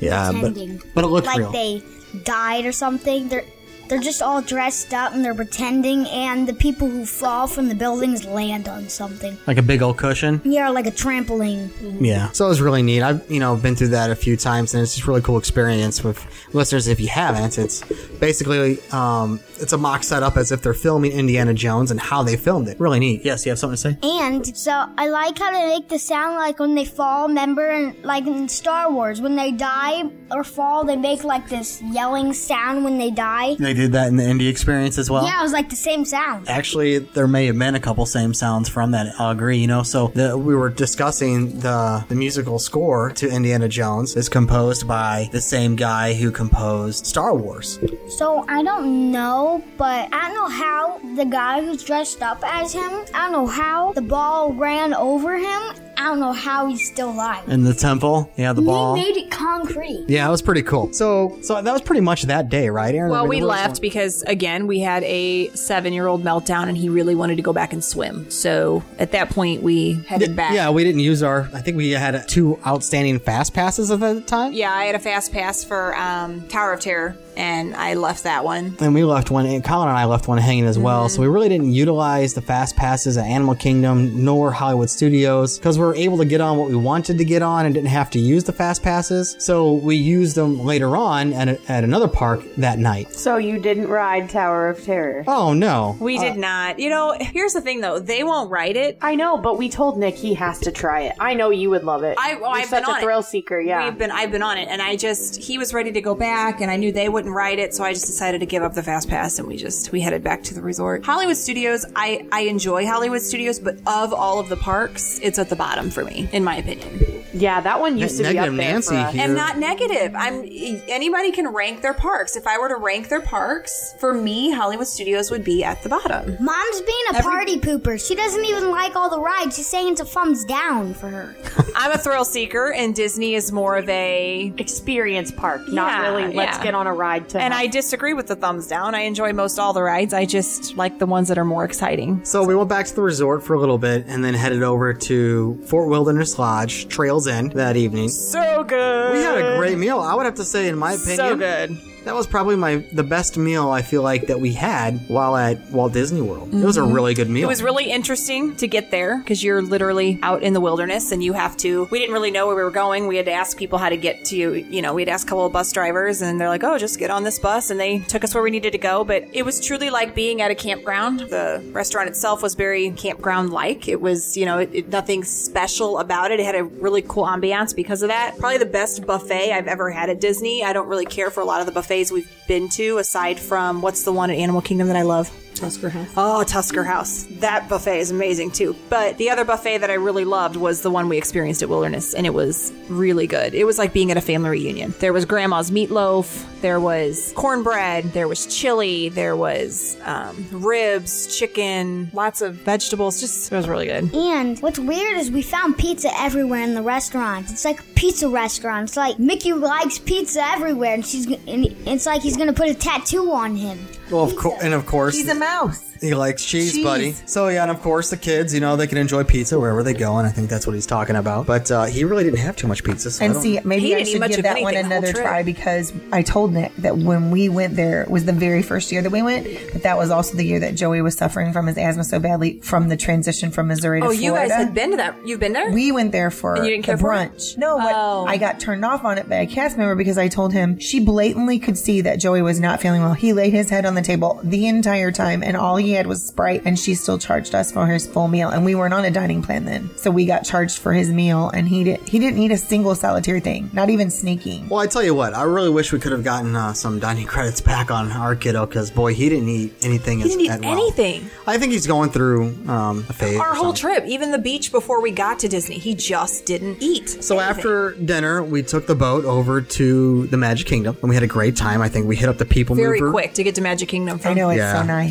Speaker 1: Yeah, but,
Speaker 3: pretending.
Speaker 1: but it looked
Speaker 3: like
Speaker 1: real.
Speaker 3: they died or something. They're they're just all dressed up and they're pretending. And the people who fall from the buildings land on something.
Speaker 1: like a big old cushion.
Speaker 3: Yeah, like a trampoline.
Speaker 1: Yeah. So it was really neat. I've you know been through that a few times, and it's just a really cool experience with listeners. If you haven't, it's basically um, it's a mock setup as if they're filming Indiana Jones and how they filmed it. Really neat. Yes, you have something to say?
Speaker 3: And so I like how they make the sound like when they fall. Remember, and like in Star Wars, when they die or fall, they make like this yelling sound when they die.
Speaker 1: They did that in the Indy experience as well.
Speaker 3: yeah, it was like the same sound.
Speaker 1: Actually, there may have been a couple same sounds from that. I'll agree. You know, so the, we were discussing the the musical score to Indiana Jones is composed by the same guy who composed Star Wars.
Speaker 3: So I don't know, but I don't know how the guy who's dressed up as him. I don't know how the ball ran over him. I don't know how he's still alive.
Speaker 1: In the temple, yeah, the ball.
Speaker 3: They made it concrete.
Speaker 1: Yeah, it was pretty cool. So, so that was pretty much that day, right, Aaron?
Speaker 7: Well,
Speaker 1: I mean,
Speaker 7: we
Speaker 1: there was
Speaker 7: left because again we had a seven-year-old meltdown, and he really wanted to go back and swim. So at that point, we headed
Speaker 1: no-
Speaker 7: back.
Speaker 1: Yeah, we didn't use our. I think we had two outstanding fast passes at the time,
Speaker 7: Yeah, I had a fast pass for um, Tower of Terror, and I left that one.
Speaker 1: and we left one. And Colin and I left one hanging as well. So we really didn't utilize the fast passes at Animal Kingdom nor Hollywood Studios because we were able to get on what we wanted to get on and didn't have to use the fast passes. So we used them later on at, a, at another park that night.
Speaker 4: So you didn't ride Tower of Terror.
Speaker 1: Oh no,
Speaker 7: We
Speaker 6: Uh,
Speaker 7: did not. You know, here's the thing though. They won't write it.
Speaker 4: I know, but we told Nick he has to try it. I know you would love it.
Speaker 7: I, well,
Speaker 4: You're
Speaker 7: I've
Speaker 4: such
Speaker 7: been on
Speaker 4: a thrill
Speaker 7: it.
Speaker 4: seeker. Yeah,
Speaker 7: We've been I've been on it, and I just he was ready to go back, and I knew they wouldn't write it, so I just decided to give up the fast pass, and we just we headed back to the resort. Hollywood Studios, I I enjoy Hollywood Studios, but of all of the parks, it's at the bottom for me, in my opinion.
Speaker 4: yeah, that one used to be up there. for us.
Speaker 7: And not negative. I'm anybody can rank their parks. If I were to rank their parks, for me, Hollywood Studios would be at the bottom.
Speaker 3: Mom's being a party pooper. She doesn't even like all the rides. She's saying it's a thumbs down for her.
Speaker 7: <laughs> I'm a thrill seeker, and Disney is more of a
Speaker 4: experience park, not really, let's get on a ride to.
Speaker 7: And
Speaker 4: have-
Speaker 7: I disagree with the thumbs down. I enjoy most all the rides. I just like the ones that are more exciting.
Speaker 1: So we went back to the resort for a little bit and then headed over to Fort Wilderness Lodge, Trails End, that evening.
Speaker 7: So good.
Speaker 1: We had a great meal. I would have to say, in my opinion,
Speaker 7: So good.
Speaker 1: That was probably my the best meal I feel like that we had while at Walt Disney World. It was a
Speaker 7: Mhm.
Speaker 1: really good meal.
Speaker 7: It was really interesting to get there because you're literally out in the wilderness and you have to. We didn't really know where we were going. We had to ask people how to get to, you know, we had asked a couple of bus drivers and they're like, oh, just get on this bus. And they took us where we needed to go. But it was truly like being at a campground. The restaurant itself was very campground like. It was, you know, it, it- nothing special about it. It had a really cool ambiance because of that. Probably the best buffet I've ever had at Disney. I don't really care for a lot of the buffets we've been to aside from what's the one at Animal Kingdom that I love? Tusker House. Oh, Tusker House. That buffet is amazing too. But the other buffet that I really loved was the one we experienced at Wilderness, and it was really good. It was like being at a family reunion. There was grandma's meatloaf, there was cornbread, there was chili, there was um, ribs, chicken, lots of vegetables. Just, it was really good.
Speaker 3: And what's weird is we found pizza everywhere in the restaurant. It's like a pizza restaurant. It's like Mickey likes pizza everywhere, and she's g- and it's like he's gonna put a tattoo on him.
Speaker 1: well, of course, and of course,
Speaker 6: mouse.
Speaker 1: he likes cheese,
Speaker 3: Cheese.
Speaker 1: buddy. So yeah, and of course the kids, you know, they can enjoy pizza wherever they go, and I think that's what he's talking about. But uh, he really didn't have too much pizza. So I
Speaker 6: And
Speaker 1: don't-
Speaker 6: see, maybe I should give that one another try because I told Nick that when we went there it was the very first year that we went, but that was also the year that Joey was suffering from his asthma so badly from the transition from Missouri to
Speaker 7: Oh,
Speaker 6: Florida.
Speaker 7: you guys had been to that. You've been there?
Speaker 6: We went there for
Speaker 7: And you didn't care
Speaker 6: the
Speaker 7: for it? Oh.
Speaker 6: brunch. No, but I got turned off on it by a cast member because I told him she blatantly could see that Joey was not feeling well. He laid his head on the table the entire time, and all he had was Sprite, and she still charged us for his full meal. And we weren't on a dining plan then, so we got charged for his meal, and he did he didn't eat a single solitary thing, not even sneaking.
Speaker 1: Well, I tell you what, I really wish we could have gotten uh, some dining <laughs> credits back on our kiddo because boy, he didn't eat anything.
Speaker 7: He
Speaker 1: as,
Speaker 7: didn't eat
Speaker 1: at well.
Speaker 7: anything.
Speaker 1: I think he's going through um, a phase.
Speaker 7: Our
Speaker 1: or
Speaker 7: whole trip, even the beach before we got to Disney, he just didn't eat.
Speaker 1: So after after dinner, we took the boat over to the Magic Kingdom, and we had a great time. I think we hit up the People
Speaker 11: Very
Speaker 1: Mover.
Speaker 11: quick Oh, to get to Magic Kingdom. From.
Speaker 1: Hit up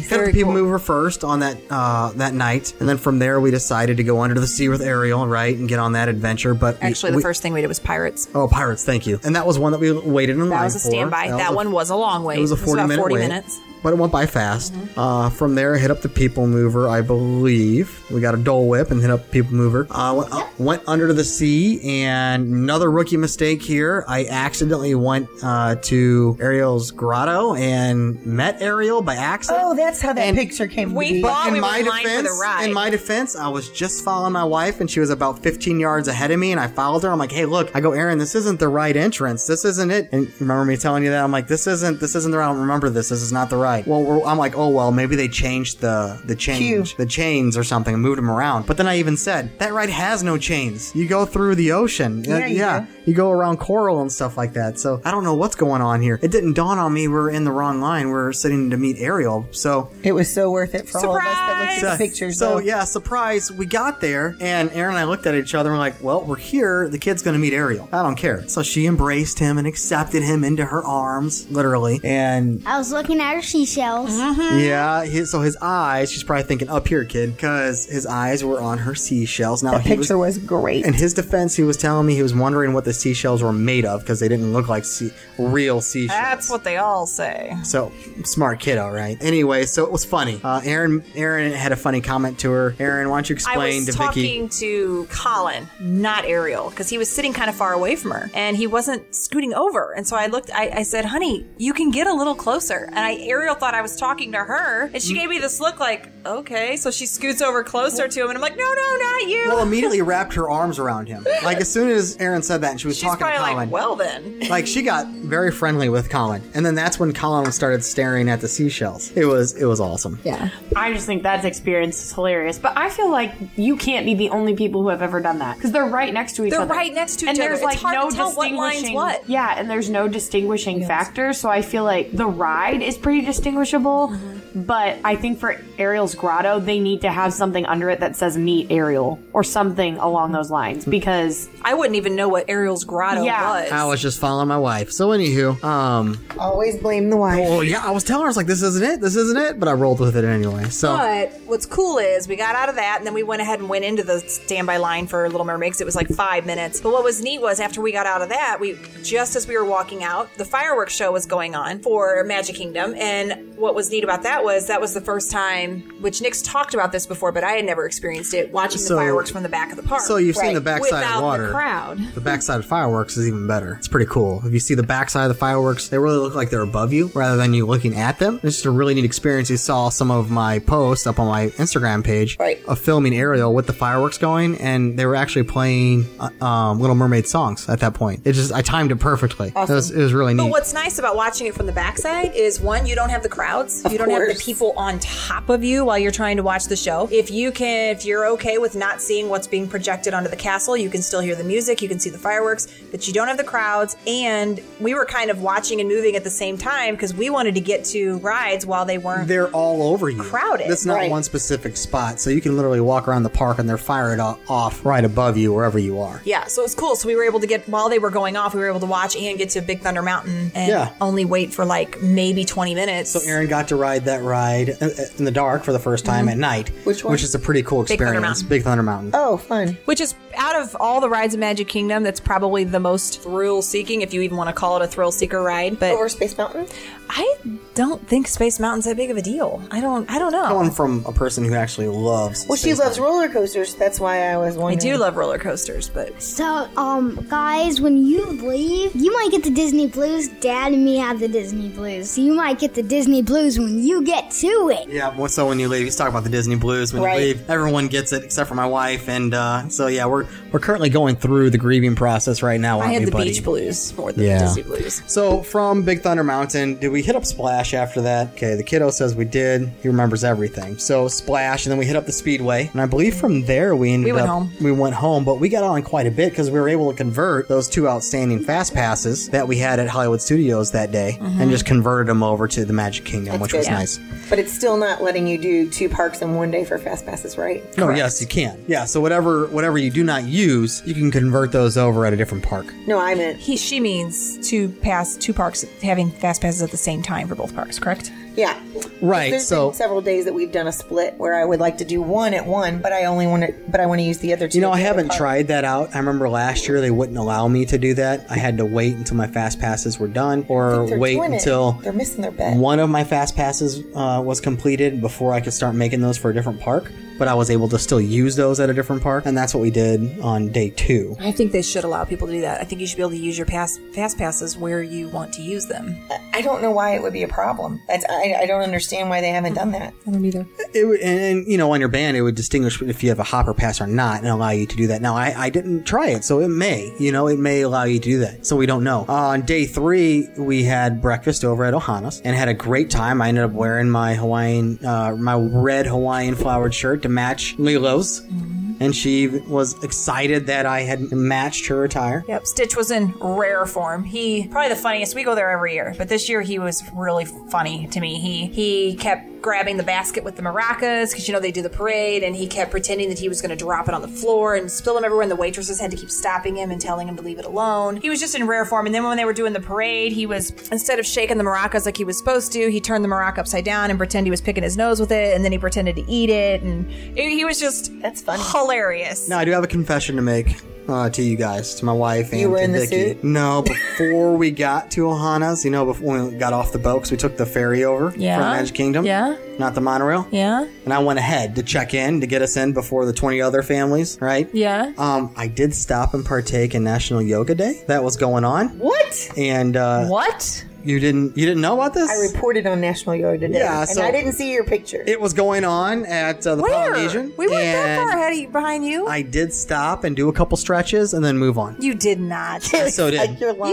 Speaker 1: the People Mover first on that uh, that night, and then from there we decided to go under the sea with Ariel, right, and get on that adventure. But we-
Speaker 11: Actually, the
Speaker 1: we-
Speaker 11: first thing we did was Pirates.
Speaker 1: oh pirates, thank you, and that was one that we waited in line
Speaker 11: That was a
Speaker 1: for.
Speaker 11: standby. That,
Speaker 1: was a-
Speaker 11: one was a long wait.
Speaker 1: It was a forty
Speaker 11: about
Speaker 1: minute
Speaker 11: 40
Speaker 1: wait,
Speaker 11: minutes.
Speaker 1: but it went by fast. Uh, from there, hit up the People Mover, I believe. We got a Dole Whip and hit up People Mover. Uh, went, uh, went under the sea, and another rookie mistake here. I accidentally went uh, to Ariel's grotto and met Ariel by accident.
Speaker 6: Oh, that's how that picture came. to be.
Speaker 1: But in my defense, in my defense, I was just following my wife, and she was about 15 yards ahead of me, and I followed her. I'm like, "Hey, look!" I go, "Aaron, this isn't the right entrance. This isn't it." And remember me telling you that? I'm like, "This isn't. This isn't the right. I don't remember this. This is not the right." Well, we're, I'm like, "Oh well, maybe they changed the the change, the chains or something, and moved them around." But then I even said that ride has no chains. You go through the ocean.
Speaker 8: Yeah,
Speaker 1: Uh,
Speaker 8: you
Speaker 1: yeah.
Speaker 8: do.
Speaker 1: You go around coral and stuff like that. So I don't know what's going on here. It didn't dawn on me we we're in the wrong line. We We're sitting to meet Ariel. So
Speaker 6: it was so worth it for all of us that looked at Oh, the
Speaker 1: Surprise!
Speaker 6: pictures.
Speaker 1: So
Speaker 6: though.
Speaker 1: yeah, surprise. We got there, and Aaron and I looked at each other and we're like, "Well, we're here. The kid's gonna meet Ariel. I don't care." So she embraced him and accepted him into her arms, literally. And
Speaker 3: I was looking at her seashells.
Speaker 1: yeah, he, so his eyes. She's probably thinking, "Up here, kid," because his eyes were on her seashells. Now
Speaker 6: That
Speaker 1: he
Speaker 6: picture was great.
Speaker 1: In his defense, he was telling me he was wondering what the seashells were made of because they didn't look like sea- real seashells.
Speaker 7: That's what they all say.
Speaker 1: So smart kid, all right. Anyway, so it was funny. Uh, Aaron, Aaron had a funny comment to her. Aaron, why don't you
Speaker 7: I
Speaker 1: explain
Speaker 7: was
Speaker 1: to Vicky?
Speaker 7: talking to Colin, not Ariel, because he was sitting kind of far away from her and he wasn't scooting over. And so I looked, I, I said, honey, you can get a little closer. And I, Ariel thought I was talking to her and
Speaker 1: Mm.
Speaker 7: she gave me this look like, okay. So she scoots over closer to him and I'm like, no, no, not you.
Speaker 1: Well, immediately wrapped her arms around him. Like as soon as Aaron said that, and she was
Speaker 7: She's
Speaker 1: talking to
Speaker 7: probably
Speaker 1: Colin.
Speaker 7: like, well then.
Speaker 1: Like, she got very friendly with Colin, and then that's when Colin started staring at the seashells. It was it was awesome.
Speaker 11: Yeah.
Speaker 4: I just think that experience is hilarious. But I feel like you can't be the only people who have ever done that because they're right next to each
Speaker 7: They're
Speaker 4: other.
Speaker 7: right next to each
Speaker 4: and
Speaker 7: other.
Speaker 4: there's
Speaker 7: It's
Speaker 4: like
Speaker 7: hard
Speaker 4: no
Speaker 7: to tell what line's
Speaker 4: distinguishing-
Speaker 7: what.
Speaker 4: Yeah, and there's no distinguishing factor. So I feel like the ride is pretty distinguishable.
Speaker 7: Mm-hmm.
Speaker 4: But I think for Ariel's grotto, they need to have something under it that says "Meet Ariel" or something along those lines because
Speaker 7: I wouldn't even know what Ariel's grotto was.
Speaker 1: I was just following my wife. So anywho, um,
Speaker 6: always <laughs> blame the wife.
Speaker 1: Oh yeah, I was telling her I was like, this isn't it, this isn't it, but I rolled with it anyway. So
Speaker 7: But what's cool is we got out of that and then we went ahead and went into the standby line for Little Mermaid 'cause it was like five minutes. But what was neat was after we got out of that, we just as we were walking out, the fireworks show was going on for Magic Kingdom. And what was neat about that was that was the first time, which Nick's talked about this before, but I had never experienced it, watching
Speaker 1: So-
Speaker 7: the fireworks from the back of the park.
Speaker 1: So you've seen the backside
Speaker 7: Without
Speaker 1: of water.
Speaker 7: The crowd.
Speaker 1: The backside of fireworks is even better. It's pretty cool. If you see the backside of the fireworks, they really look like they're above you rather than you looking at them. It's just a really neat experience. You saw some of my posts up on my Instagram page of filming Ariel with the fireworks going, and they were actually playing uh, um, Little Mermaid songs at that point. It just I timed it perfectly. It, was, it was really
Speaker 7: But
Speaker 1: neat.
Speaker 7: what's nice about watching it from the backside is one, you don't have the crowds, you don't have the
Speaker 11: course.
Speaker 7: people on top of you while you're trying to watch the show. If you can, if you're okay with not seeing what's being projected onto the castle, you can still hear the music, you can see the fireworks, but you don't have the crowds. And we were kind of watching and moving at the same time because we wanted to get to rides while they weren't.
Speaker 1: They're all over you.
Speaker 7: Crowded,
Speaker 1: That's not
Speaker 7: right.
Speaker 1: one specific spot, so you can literally walk around the park and they're firing o- off right above you wherever you are.
Speaker 7: yeah, so it's cool. So we were able to get while they were going off, we were able to watch and get to Big Thunder Mountain and
Speaker 1: Yeah.
Speaker 7: only wait for like maybe 20 minutes.
Speaker 1: So Aaron got to ride that ride in- in the dark for the first time
Speaker 7: Mhm.
Speaker 1: at night,
Speaker 7: Which one?
Speaker 1: which is a pretty cool
Speaker 7: Big Thunder
Speaker 1: experience.
Speaker 7: Mountain.
Speaker 1: Big Thunder Mountain.
Speaker 6: Oh, fun.
Speaker 7: Which is out of all the rides in Magic Kingdom, that's probably the most thrill seeking, if you even want to call it a thrill seeker ride. But
Speaker 6: over Space Mountain,
Speaker 7: I don't think Space Mountain's that big of a deal. I don't. I don't know.
Speaker 1: Coming from a person who actually loves.
Speaker 6: Well, she
Speaker 1: space
Speaker 6: loves roller coasters. That's why I was
Speaker 7: I
Speaker 6: wondering.
Speaker 7: do love roller coasters, but
Speaker 3: So, um, guys, when you leave, you might get the Disney blues. Dad and me have the Disney blues. So you might get the Disney blues when you get to it.
Speaker 1: Yeah, well, so when you leave, he's talking about the Disney blues. When
Speaker 3: Right.
Speaker 1: you leave, everyone gets it except for my wife, and uh, so yeah, we're we're currently going through the grieving process right now.
Speaker 7: I
Speaker 1: aren't
Speaker 7: had
Speaker 1: we,
Speaker 7: the
Speaker 1: buddy?
Speaker 7: beach blues more than
Speaker 1: Yeah.
Speaker 7: the Disney blues.
Speaker 1: So from Big Thunder Mountain, did we hit up Splash after that? Okay, the kiddo says we did. He remembers everything. So Splash, and then we hit up the Speedway, and I believe from there we ended
Speaker 7: We went
Speaker 1: up
Speaker 7: home.
Speaker 1: we went home, but we got on quite a bit because we were able to convert those two outstanding fast passes that we had at Hollywood Studios that day,
Speaker 7: Mhm.
Speaker 1: and just converted them over to the Magic Kingdom, which
Speaker 6: good.
Speaker 1: was
Speaker 6: Yeah.
Speaker 1: nice.
Speaker 6: But it's still not letting you do two parks in one day for fast passes, right?
Speaker 1: No, Oh, yes, you can. Yeah, so whatever whatever you do not use, you can convert those over at a different park.
Speaker 6: No, I meant
Speaker 7: he. She means to pass two parks having fast passes at the same time for both parks, correct?
Speaker 6: Yeah.
Speaker 1: Right,
Speaker 6: There's
Speaker 1: so-
Speaker 6: been several days that we've done a split where I would like to do one at one, but I only want to, but I want to use the other two.
Speaker 1: You know, I haven't tried that out. I remember last year they wouldn't allow me to do that. I had to wait until my fast passes were done, or
Speaker 6: They're
Speaker 1: wait
Speaker 6: doing it.
Speaker 1: until
Speaker 6: they're missing their bet.
Speaker 1: one of my fast passes uh, was completed before I could start making those for a different park. But I was able to still use those at a different park, and that's what we did on day two.
Speaker 7: I think they should allow people to do that. I think you should be able to use your pass fast passes where you want to use them.
Speaker 6: I don't know why it would be a problem. That's, I, I don't understand why they haven't done that.
Speaker 7: I don't either.
Speaker 1: It, would- and, and you know, on your band, it would distinguish if you have a hopper pass or not, and allow you to do that. Now, I, I didn't try it, so it may, you know, it may allow you to do that. So we don't know. Uh, on day three, we had breakfast over at Ohana's and had a great time. I ended up wearing my Hawaiian, uh, my red Hawaiian flowered shirt to match Lilo's, and she was excited that I had matched her attire.
Speaker 7: Yep, Stitch was in rare form. He probably the funniest. We go there every year, but this year he was really funny to me. He he kept grabbing the basket with the maracas because you know they do the parade, and he kept pretending that he was going to drop it on the floor and spill them everywhere. And the waitresses had to keep stopping him and telling him to leave it alone. He was just in rare form. And then when they were doing the parade, he was instead of shaking the maracas like he was supposed to, he turned the maraca upside down and pretended he was picking his nose with it, and then he pretended to eat it, and it- he was just that's funny, hilarious.
Speaker 1: Now, I do have a confession to make uh, to you guys, to my wife and
Speaker 7: You were
Speaker 1: to
Speaker 7: in the
Speaker 1: Vicky.
Speaker 7: suit?
Speaker 1: No, before we got to Ohana's, you know, before we got off the boat, because we took the ferry over
Speaker 7: Yeah.
Speaker 1: from Magic Kingdom. Yeah. Not the monorail.
Speaker 7: Yeah.
Speaker 1: And I went ahead to check in to get us in before the 20 other families, right?
Speaker 7: Yeah.
Speaker 1: Um, I did stop and partake in National Yoga Day that was going on.
Speaker 6: What?
Speaker 1: And uh,
Speaker 7: What?
Speaker 1: You didn't you didn't know about this?
Speaker 6: I reported on National Yoga today,
Speaker 1: Yeah,
Speaker 6: and
Speaker 1: so-
Speaker 6: I didn't see your picture.
Speaker 1: It was going on at uh, the Polynesian.
Speaker 7: We weren't that
Speaker 1: and
Speaker 7: far ahead of you, behind you.
Speaker 1: I did stop and do a couple stretches and then move on.
Speaker 7: You
Speaker 1: <laughs>
Speaker 7: did not.
Speaker 1: I so did.
Speaker 7: You did not.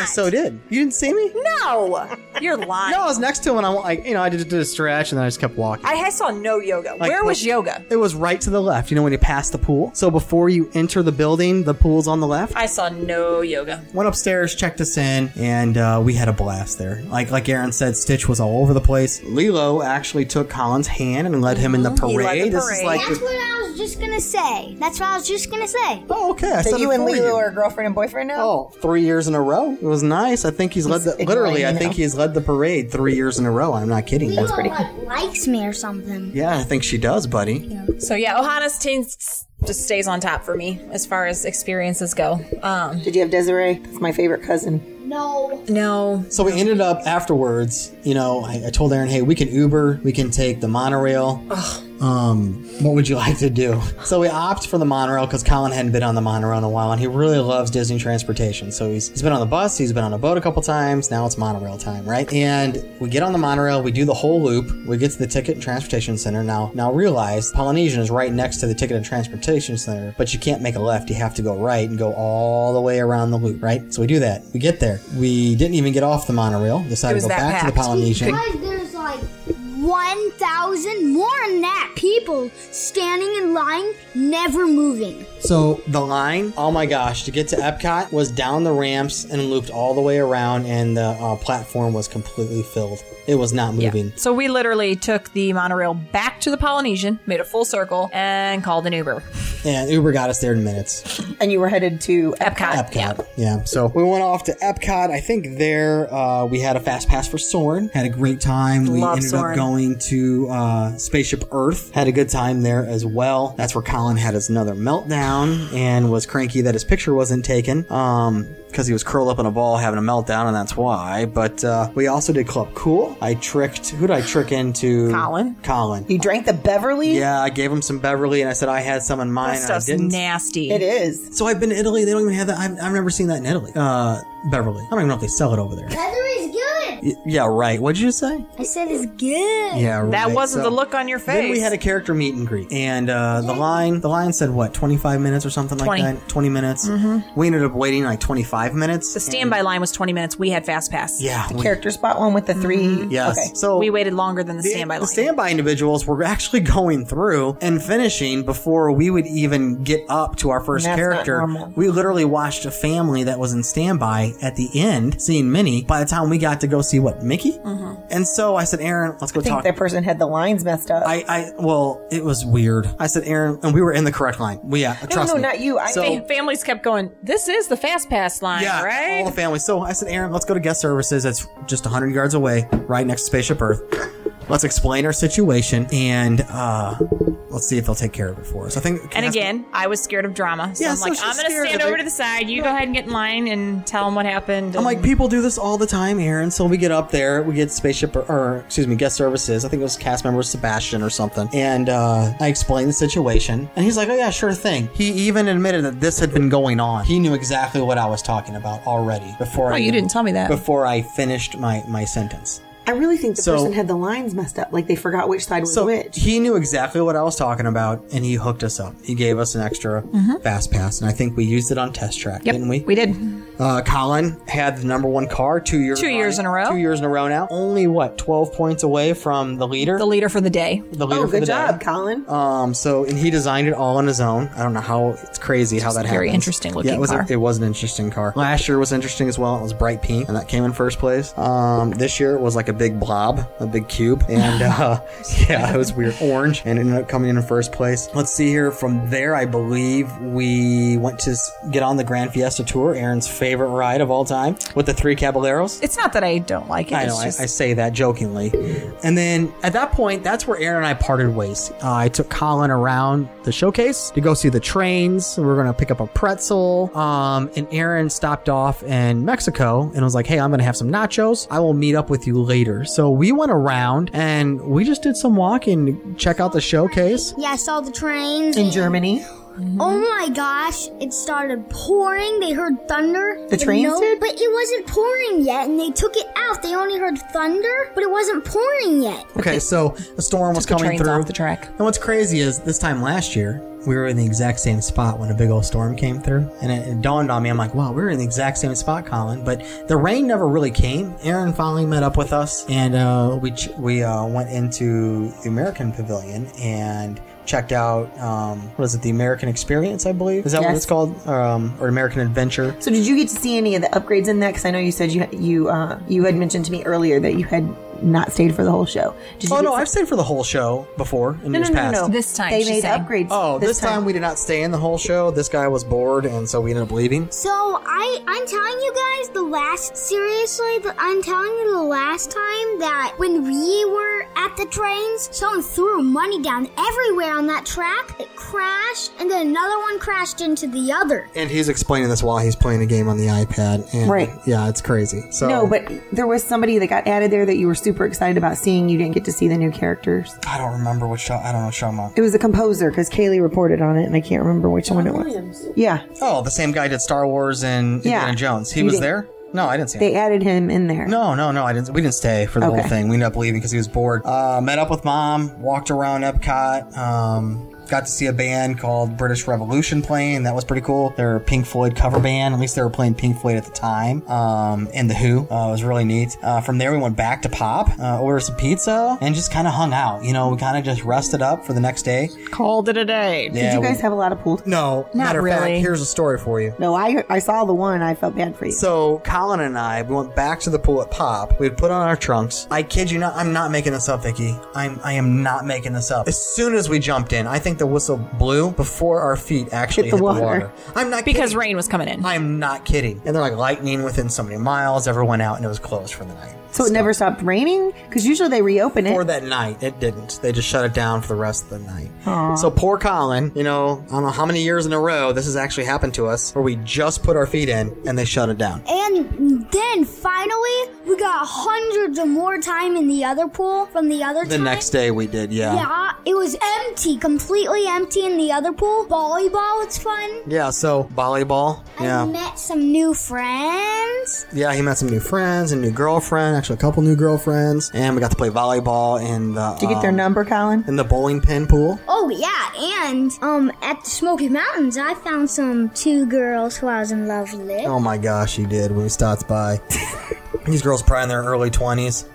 Speaker 1: I so did. You didn't see me?
Speaker 7: No, you're lying.
Speaker 1: <laughs> No, I was next to him and I'm like, you know, I just did a stretch and then I just kept walking.
Speaker 7: I, I saw no yoga.
Speaker 1: Like,
Speaker 7: Where was
Speaker 1: like-
Speaker 7: yoga?
Speaker 1: It was right to the left, you know, when you pass the pool. So before you enter the building, the pool's on the left.
Speaker 7: I saw no yoga.
Speaker 1: Went upstairs, checked us in, and uh, we had a blast there. Like like Aaron said, Stitch was all over the place. Lilo actually took Colin's hand and led him in the parade. This is like
Speaker 3: That's what I was just gonna say. That's what I was just gonna say.
Speaker 1: Oh, okay. I
Speaker 6: so
Speaker 1: said it
Speaker 6: you and
Speaker 1: for
Speaker 6: Lilo
Speaker 1: you.
Speaker 6: are girlfriend and boyfriend now.
Speaker 1: Oh, three years in a row. It was nice. I think he's, led the literally. I
Speaker 6: ignoring you
Speaker 1: think
Speaker 6: now.
Speaker 1: he's led the parade three years in a row. I'm not kidding.
Speaker 3: Lilo like, likes me or something.
Speaker 1: Yeah, I think she does, buddy.
Speaker 7: So yeah, Ohana's team just stays on top for me as far as experiences go. Um,
Speaker 6: Did you have Desiree? That's my favorite cousin.
Speaker 3: No.
Speaker 7: No.
Speaker 1: So we ended up afterwards, you know, I, I told Aaron, hey, we can Uber, we can take the monorail. Um, what would you like to do? So we opt for the monorail because Colin hadn't been on the monorail in a while and he really loves Disney transportation. So he's, he's been on the bus, he's been on a boat a couple times, now it's monorail time, right? And we get on the monorail, we do the whole loop, we get to the ticket and transportation center. Now, now realize Polynesian is right next to the ticket and transportation center, but you can't make a left, you have to go right and go all the way around the loop, right? So we do that. We get there. We didn't even get off the monorail,
Speaker 3: It
Speaker 1: decided to
Speaker 3: was
Speaker 1: go
Speaker 3: that
Speaker 1: back to the
Speaker 3: packed.
Speaker 1: Polynesian.
Speaker 3: Because there's like 1,000 more than that people standing in line, never moving.
Speaker 1: So the line, oh my gosh, to get to Epcot was down the ramps and looped all the way around, and the uh, platform was completely filled. It was not moving.
Speaker 7: so we literally took the monorail back to the Polynesian, made a full circle, and called an Uber.
Speaker 1: And Uber got us there in minutes.
Speaker 6: And you were headed to Epcot.
Speaker 1: Epcot. Yeah. So we went off to Epcot. I think there uh, we had a fast pass for Soren. Had a great time. We
Speaker 7: Love
Speaker 1: ended
Speaker 7: Soarin'.
Speaker 1: up going to uh, Spaceship Earth. Had a good time there as well. That's where Colin had his another meltdown and was cranky that his picture wasn't taken. Um. Because he was curled up in a ball having a meltdown, and that's why. But uh, we also did Club Cool. I tricked. Who did I trick into? Colin. Colin.
Speaker 6: You drank the Beverly.
Speaker 1: Yeah, I gave him some Beverly, and I said I had some in mine. and I didn't.
Speaker 7: nasty.
Speaker 6: It is.
Speaker 1: So I've been to Italy. They don't even have that. I've, I've never seen that in Italy. Uh, Beverly. I don't even know if they sell it over there.
Speaker 3: Heather is good.
Speaker 1: Y- yeah, right. What'd you say?
Speaker 3: I said it's good.
Speaker 1: Yeah, right.
Speaker 7: That wasn't
Speaker 1: So
Speaker 7: the look on your face.
Speaker 1: Then we had a character meet and greet, and uh, the line the line said what twenty five minutes or something
Speaker 7: 20.
Speaker 1: like that. Twenty minutes.
Speaker 7: Mhm.
Speaker 1: We ended up waiting like twenty five minutes.
Speaker 7: the standby line was 20 minutes. We had fast pass.
Speaker 1: Yeah, The we-
Speaker 6: character spot one with the 3
Speaker 1: Yes.
Speaker 7: Okay.
Speaker 1: So
Speaker 7: we waited longer than the, standby
Speaker 1: the
Speaker 7: line.
Speaker 1: standby individuals were actually <laughs> going through and finishing before we would even get up to our first
Speaker 6: That's not
Speaker 1: character.
Speaker 6: normal.
Speaker 1: We literally watched a family that was in standby at the end, seeing Minnie. By the time we got to go see what Mickey.
Speaker 6: Mm-hmm.
Speaker 1: And so I said, Aaron, let's go
Speaker 6: I think
Speaker 1: talk.
Speaker 6: that person had the lines messed up.
Speaker 1: I, I, well, it was weird. I said, Aaron, and we were in the correct line. We, yeah, trust me. so,
Speaker 11: families kept going. This is the fast pass line,
Speaker 1: yeah,
Speaker 11: right?
Speaker 1: all the family. So I said, Aaron, let's go to guest services. That's just 100 yards away, right next to Spaceship Earth. Let's explain our situation and uh, let's see if they'll take care of it for us. I think.
Speaker 7: And again, I was scared of drama. So
Speaker 1: Yeah,
Speaker 7: I'm
Speaker 1: so
Speaker 7: like,
Speaker 1: she's
Speaker 7: I'm going to
Speaker 1: scared
Speaker 7: stand
Speaker 1: of
Speaker 7: over
Speaker 1: it.
Speaker 7: to the side. You go ahead and get in line and tell them what
Speaker 11: Oh
Speaker 7: happened.
Speaker 1: I'm like, people do this all the time, Aaron. So we get up there, we get spaceship, or, or, excuse me, guest services. I think it was cast member Sebastian or something. And uh, I explained the situation, and he's like, "Oh yeah, sure thing." He even admitted that this had been going on. He knew exactly what I was talking about already before.
Speaker 11: Oh,
Speaker 1: I
Speaker 11: you
Speaker 1: even-
Speaker 11: didn't tell me that.
Speaker 1: before I finished my my sentence.
Speaker 6: I really think the
Speaker 1: So-
Speaker 6: person had the lines messed up. Like they forgot which side was which.
Speaker 1: He knew exactly what I was talking about, and he hooked us up. He gave us an extra
Speaker 6: Mhm.
Speaker 1: fast pass, and I think we used it on test track,
Speaker 11: Mm-hmm. Yep,
Speaker 1: didn't we?
Speaker 11: we did.
Speaker 1: Uh, Colin had the number one car two years
Speaker 11: Two years in a row.
Speaker 1: Two years in a row now. Only what twelve points away from the leader.
Speaker 11: The leader for the day.
Speaker 1: The leader for the day.
Speaker 6: Colin.
Speaker 1: Um, so and he designed it all on his own. I don't know how it's crazy how that
Speaker 11: a very
Speaker 1: happens.
Speaker 11: interesting
Speaker 1: yeah,
Speaker 11: looking
Speaker 1: it was a-
Speaker 11: car.
Speaker 1: it was an interesting car. Last year was interesting as well. It was bright pink, and that came in first place. Um, this year it was like a big blob, a big
Speaker 11: <laughs>
Speaker 1: cube, and uh, <laughs> yeah, it was weird. Orange, and it ended up coming in in first place. Let's see here. From there, I believe we went to s- get on the Grand Fiesta Tour, Aaron's favorite ride of all time, with the three Caballeros.
Speaker 11: It's not that I don't like it.
Speaker 1: I
Speaker 11: it's
Speaker 1: know, I,
Speaker 11: just-
Speaker 1: I say that jokingly. And then at that point, that's where Aaron and I parted ways. Uh, I took Colin around the showcase to go see the trains. We were going to pick up a pretzel. Um, and Aaron stopped off in Mexico and was like, hey, I'm going to have some nachos. I will meet up with you later. So we went around and we just did some walking to check out the showcase.
Speaker 3: Yeah, I saw the trains.
Speaker 6: In Germany.
Speaker 3: Oh
Speaker 6: Mm-hmm.
Speaker 3: my gosh, it started pouring. They heard thunder.
Speaker 6: The trains did?
Speaker 3: But it wasn't pouring yet, and they took it out. They only heard thunder, but it wasn't pouring yet.
Speaker 1: Okay, so the storm was
Speaker 3: Took the
Speaker 1: coming
Speaker 3: trains
Speaker 1: through
Speaker 3: off the
Speaker 11: track.
Speaker 1: And what's crazy is this time last year, we were in the exact same spot when a big old storm came through, and it, it dawned on me. I'm like, wow, we were in the exact same spot, Colin. But the rain never really came. Aaron finally met up with us, and uh, we ch- we uh, went into the American Pavilion and checked out um, what is it, the American Experience, I believe. Is that what
Speaker 6: Yes.
Speaker 1: it's called, um, or American Adventure?
Speaker 6: So did you get to see any of the upgrades in that? Because I know you said you you uh, you had mentioned to me earlier that you had not stayed for the whole show. Did you
Speaker 1: oh
Speaker 6: get
Speaker 1: no,
Speaker 6: to-
Speaker 1: I've stayed for the whole show before in
Speaker 6: No,
Speaker 1: years
Speaker 6: no, no,
Speaker 1: past.
Speaker 6: no. This time They she's made saying. upgrades
Speaker 1: Oh,
Speaker 6: this
Speaker 1: this, time. we did not stay in the whole show. This guy was bored, and so we ended up leaving.
Speaker 3: So I, I'm telling you guys, the last seriously, the, I'm telling you the last time that when we were at the trains, someone threw money down everywhere on that track. It crashed, and then another one crashed into the other.
Speaker 1: And he's explaining this while he's playing a game on the iPad. And
Speaker 6: Right.
Speaker 1: Yeah, it's crazy. So
Speaker 6: no, Oh, but there was somebody that got added there that you were super excited about seeing. You didn't get to see the new characters.
Speaker 1: I don't remember which show. I don't know show I'm on.
Speaker 6: It was a composer because Kaylee reported on it, and I can't remember which one it was. Yeah,
Speaker 1: Oh, the same guy did Star Wars and
Speaker 6: Yeah.
Speaker 1: Indiana Jones. He
Speaker 6: You
Speaker 1: was
Speaker 6: didn't-
Speaker 1: there. No, I didn't see him.
Speaker 6: they added him in there.
Speaker 1: No, no, no. I didn't. We didn't stay for the
Speaker 6: Okay.
Speaker 1: whole thing. We ended up leaving because he was bored. Uh, met up with mom. Walked around Epcot. Um, got to see a band called British Revolution playing. That was pretty cool. They're a Pink Floyd cover band. At least they were playing Pink Floyd at the time. Um, and the Who uh, it was really neat. Uh, from there, we went back to Pop, uh, ordered some pizza, and just kind of hung out. You know, we kind of just rested up for the next day.
Speaker 6: Called it a day.
Speaker 1: Yeah,
Speaker 6: Did you guys
Speaker 1: we-
Speaker 6: have a lot of pool?
Speaker 1: No,
Speaker 6: Not
Speaker 1: matter of fact,
Speaker 6: really.
Speaker 1: here's a story for you.
Speaker 6: No, I I saw the one. I felt bad for you.
Speaker 1: So Colin and I, we went back to the pool at Pop. We'd put on our trunks. I kid you not, I'm not making this up, Vicky. I'm I am not making this up. As soon as we jumped in, I think the whistle blew before our feet actually hit the, water. I'm not
Speaker 11: because rain was coming in.
Speaker 1: I'm not kidding. And they're like lightning within so many miles. Everyone out, and it was closed for the night.
Speaker 6: So it never stopped raining because usually they reopen it.
Speaker 1: For that night, it didn't. They just shut it down for the rest of the night.
Speaker 6: Aw.
Speaker 1: So poor Colin, you know, I don't know how many years in a row this has actually happened to us, where we just put our feet in and they shut it down.
Speaker 3: And then finally, we got hundreds of more time in the other pool from the other
Speaker 1: The
Speaker 3: time.
Speaker 1: next day we did,
Speaker 3: Yeah, Uh, it was empty, completely empty in the other pool. Volleyball, it's fun.
Speaker 1: Yeah, so volleyball.
Speaker 3: I
Speaker 1: Yeah.
Speaker 3: met some new friends.
Speaker 1: Yeah, he met some new friends, a new girlfriend, actually a couple new girlfriends, and we got to play volleyball in the
Speaker 6: Did you get their
Speaker 1: um,
Speaker 6: number, Colin?
Speaker 1: in the bowling pin pool.
Speaker 3: Oh yeah, and um at the Smoky Mountains, I found some two girls who I was in love with.
Speaker 1: Oh my gosh, he did when he stopped by. These girls probably in their early twenties.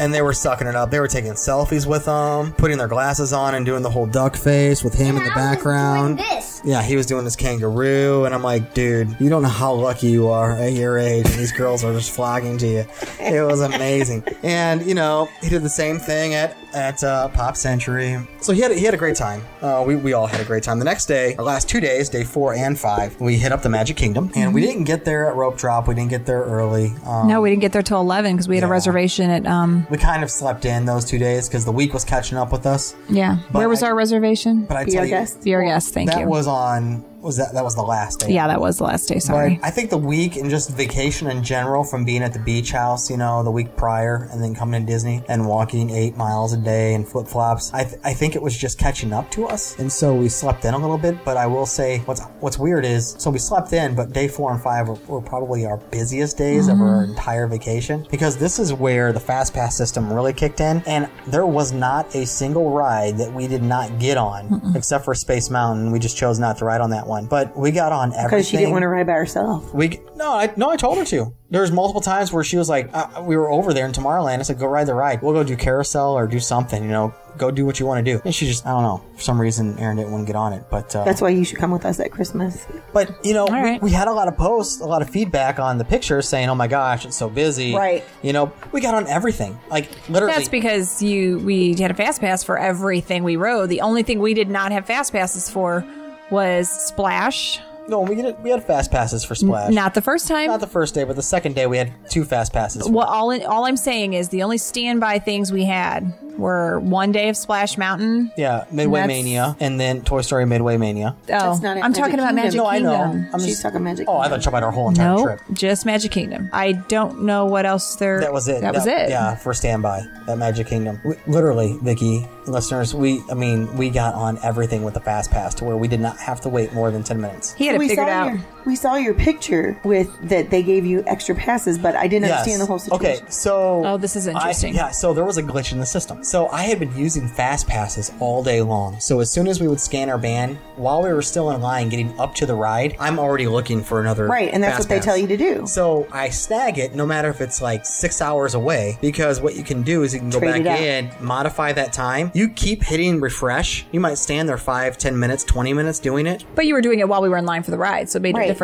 Speaker 1: And they were sucking it up. They were taking selfies with him, putting their glasses on and doing the whole duck face with him in the background.
Speaker 3: This
Speaker 6: Yes.
Speaker 1: Yeah, he was doing this kangaroo, and I'm like, dude, you don't know how lucky you are at your age, and these girls are just flocking to you. It was amazing. and, you know, he did the same thing at, at uh, Pop Century. So he had, he had a great time. Uh, we, we all had a great time. The next day, our last two days, day four and five, we hit up the Magic Kingdom, and we didn't get there at Rope Drop. We didn't get there early. Um,
Speaker 11: Mm-hmm. no, we didn't get there till eleven because we had a reservation at um.
Speaker 1: we kind of slept in those two days because the week was catching up with us.
Speaker 11: Yeah, where was our reservation?
Speaker 1: But I Be tell our you- guest.
Speaker 11: Be our guest. Thank
Speaker 1: that
Speaker 11: you.
Speaker 1: was on was that that was the last day.
Speaker 11: Yeah, that was the last day. Sorry.
Speaker 1: But I think the week and just vacation in general from being at the beach house, you know, the week prior and then coming to Disney and walking eight miles a day and flip flops. I, th- I think it was just catching up to us. And so we slept in a little bit. But I will say what's what's weird is so we slept in, but day four and five were, were probably our busiest days of our
Speaker 6: Mm-hmm.
Speaker 8: Mhm.
Speaker 1: entire vacation because this is where the fast pass system really kicked in. And there was not a single ride that we did not get on except for Space Mountain. We just chose not to ride on that one. But we got on everything.
Speaker 6: Because she didn't want to ride by herself.
Speaker 1: We no, I no, I told her to. There was multiple times where she was like, uh, we were over there in Tomorrowland. I said, go ride the ride. We'll go do carousel or do something. You know, go do what you want to do. And she just, I don't know, for some reason, Aaron didn't want to get on it. But uh,
Speaker 6: That's why you should come with us at Christmas.
Speaker 1: But you know, we, we had a lot of posts, a lot of feedback on the pictures saying, oh my gosh, it's so busy.
Speaker 11: Right.
Speaker 1: You know, we got on everything. Like literally,
Speaker 11: That's because you we had a fast pass for everything we rode. The only thing we did not have fast passes for was Splash.
Speaker 1: No, we did, we had fast passes for Splash.
Speaker 11: Not the first time.
Speaker 1: Not the first day, but the second day we had two fast passes.
Speaker 11: Well, all in, all I'm saying is the only standby things we had were one day of Splash Mountain.
Speaker 1: Yeah, Midway
Speaker 11: That's-
Speaker 1: Mania, and then Toy Story Midway Mania.
Speaker 11: Oh, I'm talking about Magic
Speaker 1: No, I
Speaker 11: Kingdom.
Speaker 6: um,
Speaker 1: know. I'm
Speaker 11: She's
Speaker 1: just-
Speaker 11: talking Magic.
Speaker 1: Oh, I thought you were talking about our whole entire
Speaker 11: no,
Speaker 1: trip.
Speaker 11: just Magic Kingdom. I don't know what else there.
Speaker 1: That was it.
Speaker 11: That was it.
Speaker 1: Yeah, for standby at Magic Kingdom. We, literally, Vicky, listeners, we I mean, we got on everything with the fast pass to where we did not have to wait more than ten minutes.
Speaker 6: saw Your, we saw your picture with that they gave you extra passes, but I didn't
Speaker 1: Yes.
Speaker 6: understand the whole
Speaker 1: Okay,
Speaker 6: situation.
Speaker 1: so
Speaker 11: oh, this is
Speaker 1: I, yeah, so there was a glitch in the system. So I had been using fast passes all day long. So as soon as we would scan our band, while we were still in line getting up to the ride, I'm already looking for another
Speaker 6: Right, and that's
Speaker 1: Fast
Speaker 6: what they
Speaker 1: Pass.
Speaker 6: tell you to do.
Speaker 1: So I snag it, no matter if it's like six hours away, because what you can do is you can go
Speaker 6: Trade it
Speaker 1: back
Speaker 6: out.
Speaker 1: in, modify that time. You keep hitting refresh. You might stand there five, ten minutes, twenty minutes doing it.
Speaker 11: But you were doing it while we were in line for the ride, so it made a difference.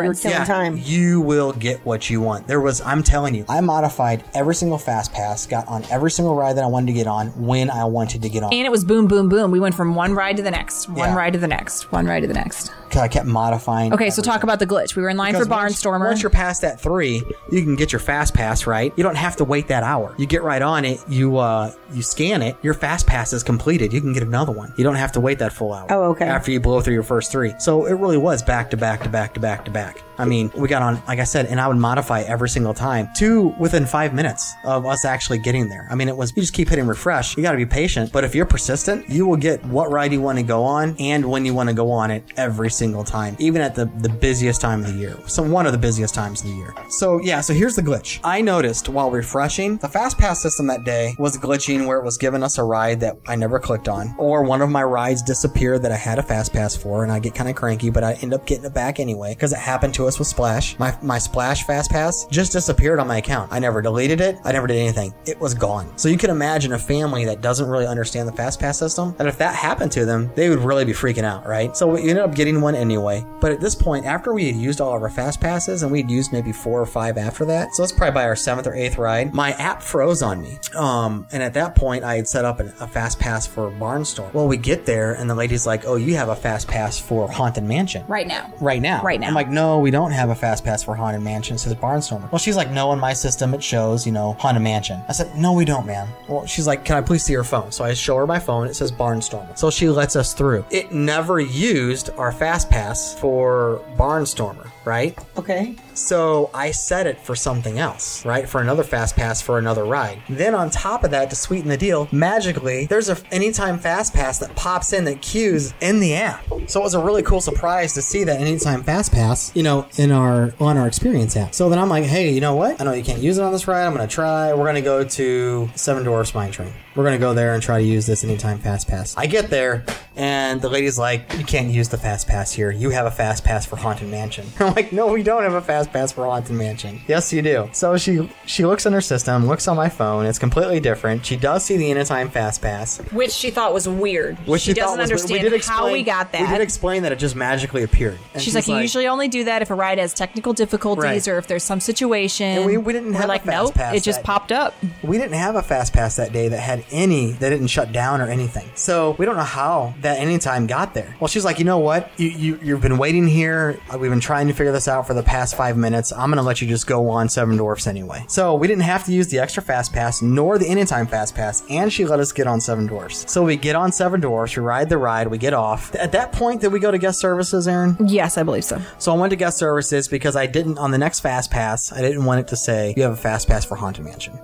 Speaker 1: You will get what you want. There was, I'm telling you, I modified every single fast pass, got on every single ride that I wanted to get on when I wanted to get on.
Speaker 11: And it was boom, boom, boom. We went from one ride to the next, one
Speaker 1: Yeah.
Speaker 11: ride to the next, one ride to the next.
Speaker 1: 'Cause I kept modifying.
Speaker 11: Okay, so talk about the glitch. We were in line for
Speaker 1: Because
Speaker 11: Barnstormer.
Speaker 1: Once you're past that three, you can get your fast pass right. You don't have to wait that hour. You get right on it. You uh, you scan it. Your fast pass is completed. You can get another one. You don't have to wait that full hour.
Speaker 6: Oh, okay.
Speaker 1: After you blow through your first three, so it really was back to back to back to back to back. I mean, we got on, like I said, and I would modify every single time to within five minutes of us actually getting there. I mean, it was you just keep hitting refresh. You got to be patient, but if you're persistent, you will get what ride you want to go on and when you want to go on it every single time, even at the the busiest time of the year. So one of the busiest times of the year. So yeah, so here's the glitch. I noticed while refreshing, the fast pass system that day was glitching where it was giving us a ride that I never clicked on, or one of my rides disappeared that I had a fast pass for, and I get kind of cranky, but I end up getting it back anyway because it happened to us with Splash. My my Splash fast pass just disappeared on my account. I never deleted it. I never did anything. It was gone. So you can imagine a family that doesn't really understand the fast pass system, and if that happened to them, they would really be freaking out, right? So we ended up getting one anyway. But at this point, after we had used all of our fast passes, and we'd used maybe four or five after that, so it's probably by our seventh or eighth ride, my app froze on me. Um, and at that point, I had set up an, a fast pass for Barnstorm. Well, we get there, and the lady's like, "Oh, you have a fast pass for Haunted Mansion."
Speaker 11: right now.
Speaker 1: Right now.
Speaker 11: Right now.
Speaker 1: I'm like, no, we don't have a fast pass for Haunted Mansion. It says Barnstormer. Well, she's like, no, in my system it shows, you know, Haunted Mansion. I said, no, we don't, ma'am. Well, she's like, can I please see your phone? So I show her my phone. It says Barnstormer. So she lets us through. It never used our fast pass for Barnstormer, right?
Speaker 6: Okay.
Speaker 1: So I set it for something else, right? For another fast pass for another ride. Then on top of that, to sweeten the deal, magically there's a anytime fast pass that pops in that queues in the app. So it was a really cool surprise to see that anytime fast pass, you know, in our on our experience app. So then I'm like, hey, you know what? I know you can't use it on this ride. I'm gonna try. We're gonna go to Seven Dwarfs Mine Train. We're gonna go there and try to use this anytime fast pass. I get there and the lady's like, you can't use the fast pass here. You have a fast pass for Haunted Mansion. <laughs> I'm like, no, we don't have a fast pass for Haunted Mansion. Yes, you do. So she she looks on her system, looks on my phone. It's completely different. She does see the anytime fast pass,
Speaker 12: which she thought was weird.
Speaker 1: which
Speaker 12: she
Speaker 1: she thought
Speaker 12: doesn't
Speaker 1: was
Speaker 12: understand
Speaker 1: weird. we did
Speaker 12: how
Speaker 1: explain-
Speaker 12: we got that.
Speaker 1: We did explain that it just magically appeared. And
Speaker 7: she's, like, you usually only do that if a ride has technical difficulties
Speaker 1: Right.
Speaker 7: or if there's some situation.
Speaker 1: And we- we didn't
Speaker 7: We're
Speaker 1: have a
Speaker 7: like,
Speaker 1: fast
Speaker 7: nope,
Speaker 1: pass
Speaker 7: it just
Speaker 1: that
Speaker 7: popped up.
Speaker 1: We didn't have a fast pass that day that had any that didn't shut down or anything. So we don't know how that anytime got there. Well, she's like, you know what? You, you you've been waiting here. Uh, We've been trying to figure this out for the past five minutes. I'm gonna let you just go on Seven Dwarfs anyway. So we didn't have to use the extra fast pass nor the anytime fast pass, and she let us get on Seven Dwarfs. So we get on Seven Dwarfs, we ride the ride, we get off. At that point, did we go to guest services, Aaron?
Speaker 7: Yes, I believe so.
Speaker 1: So I went to guest services because I didn't on the next fast pass. I didn't want it to say you have a fast pass for Haunted Mansion.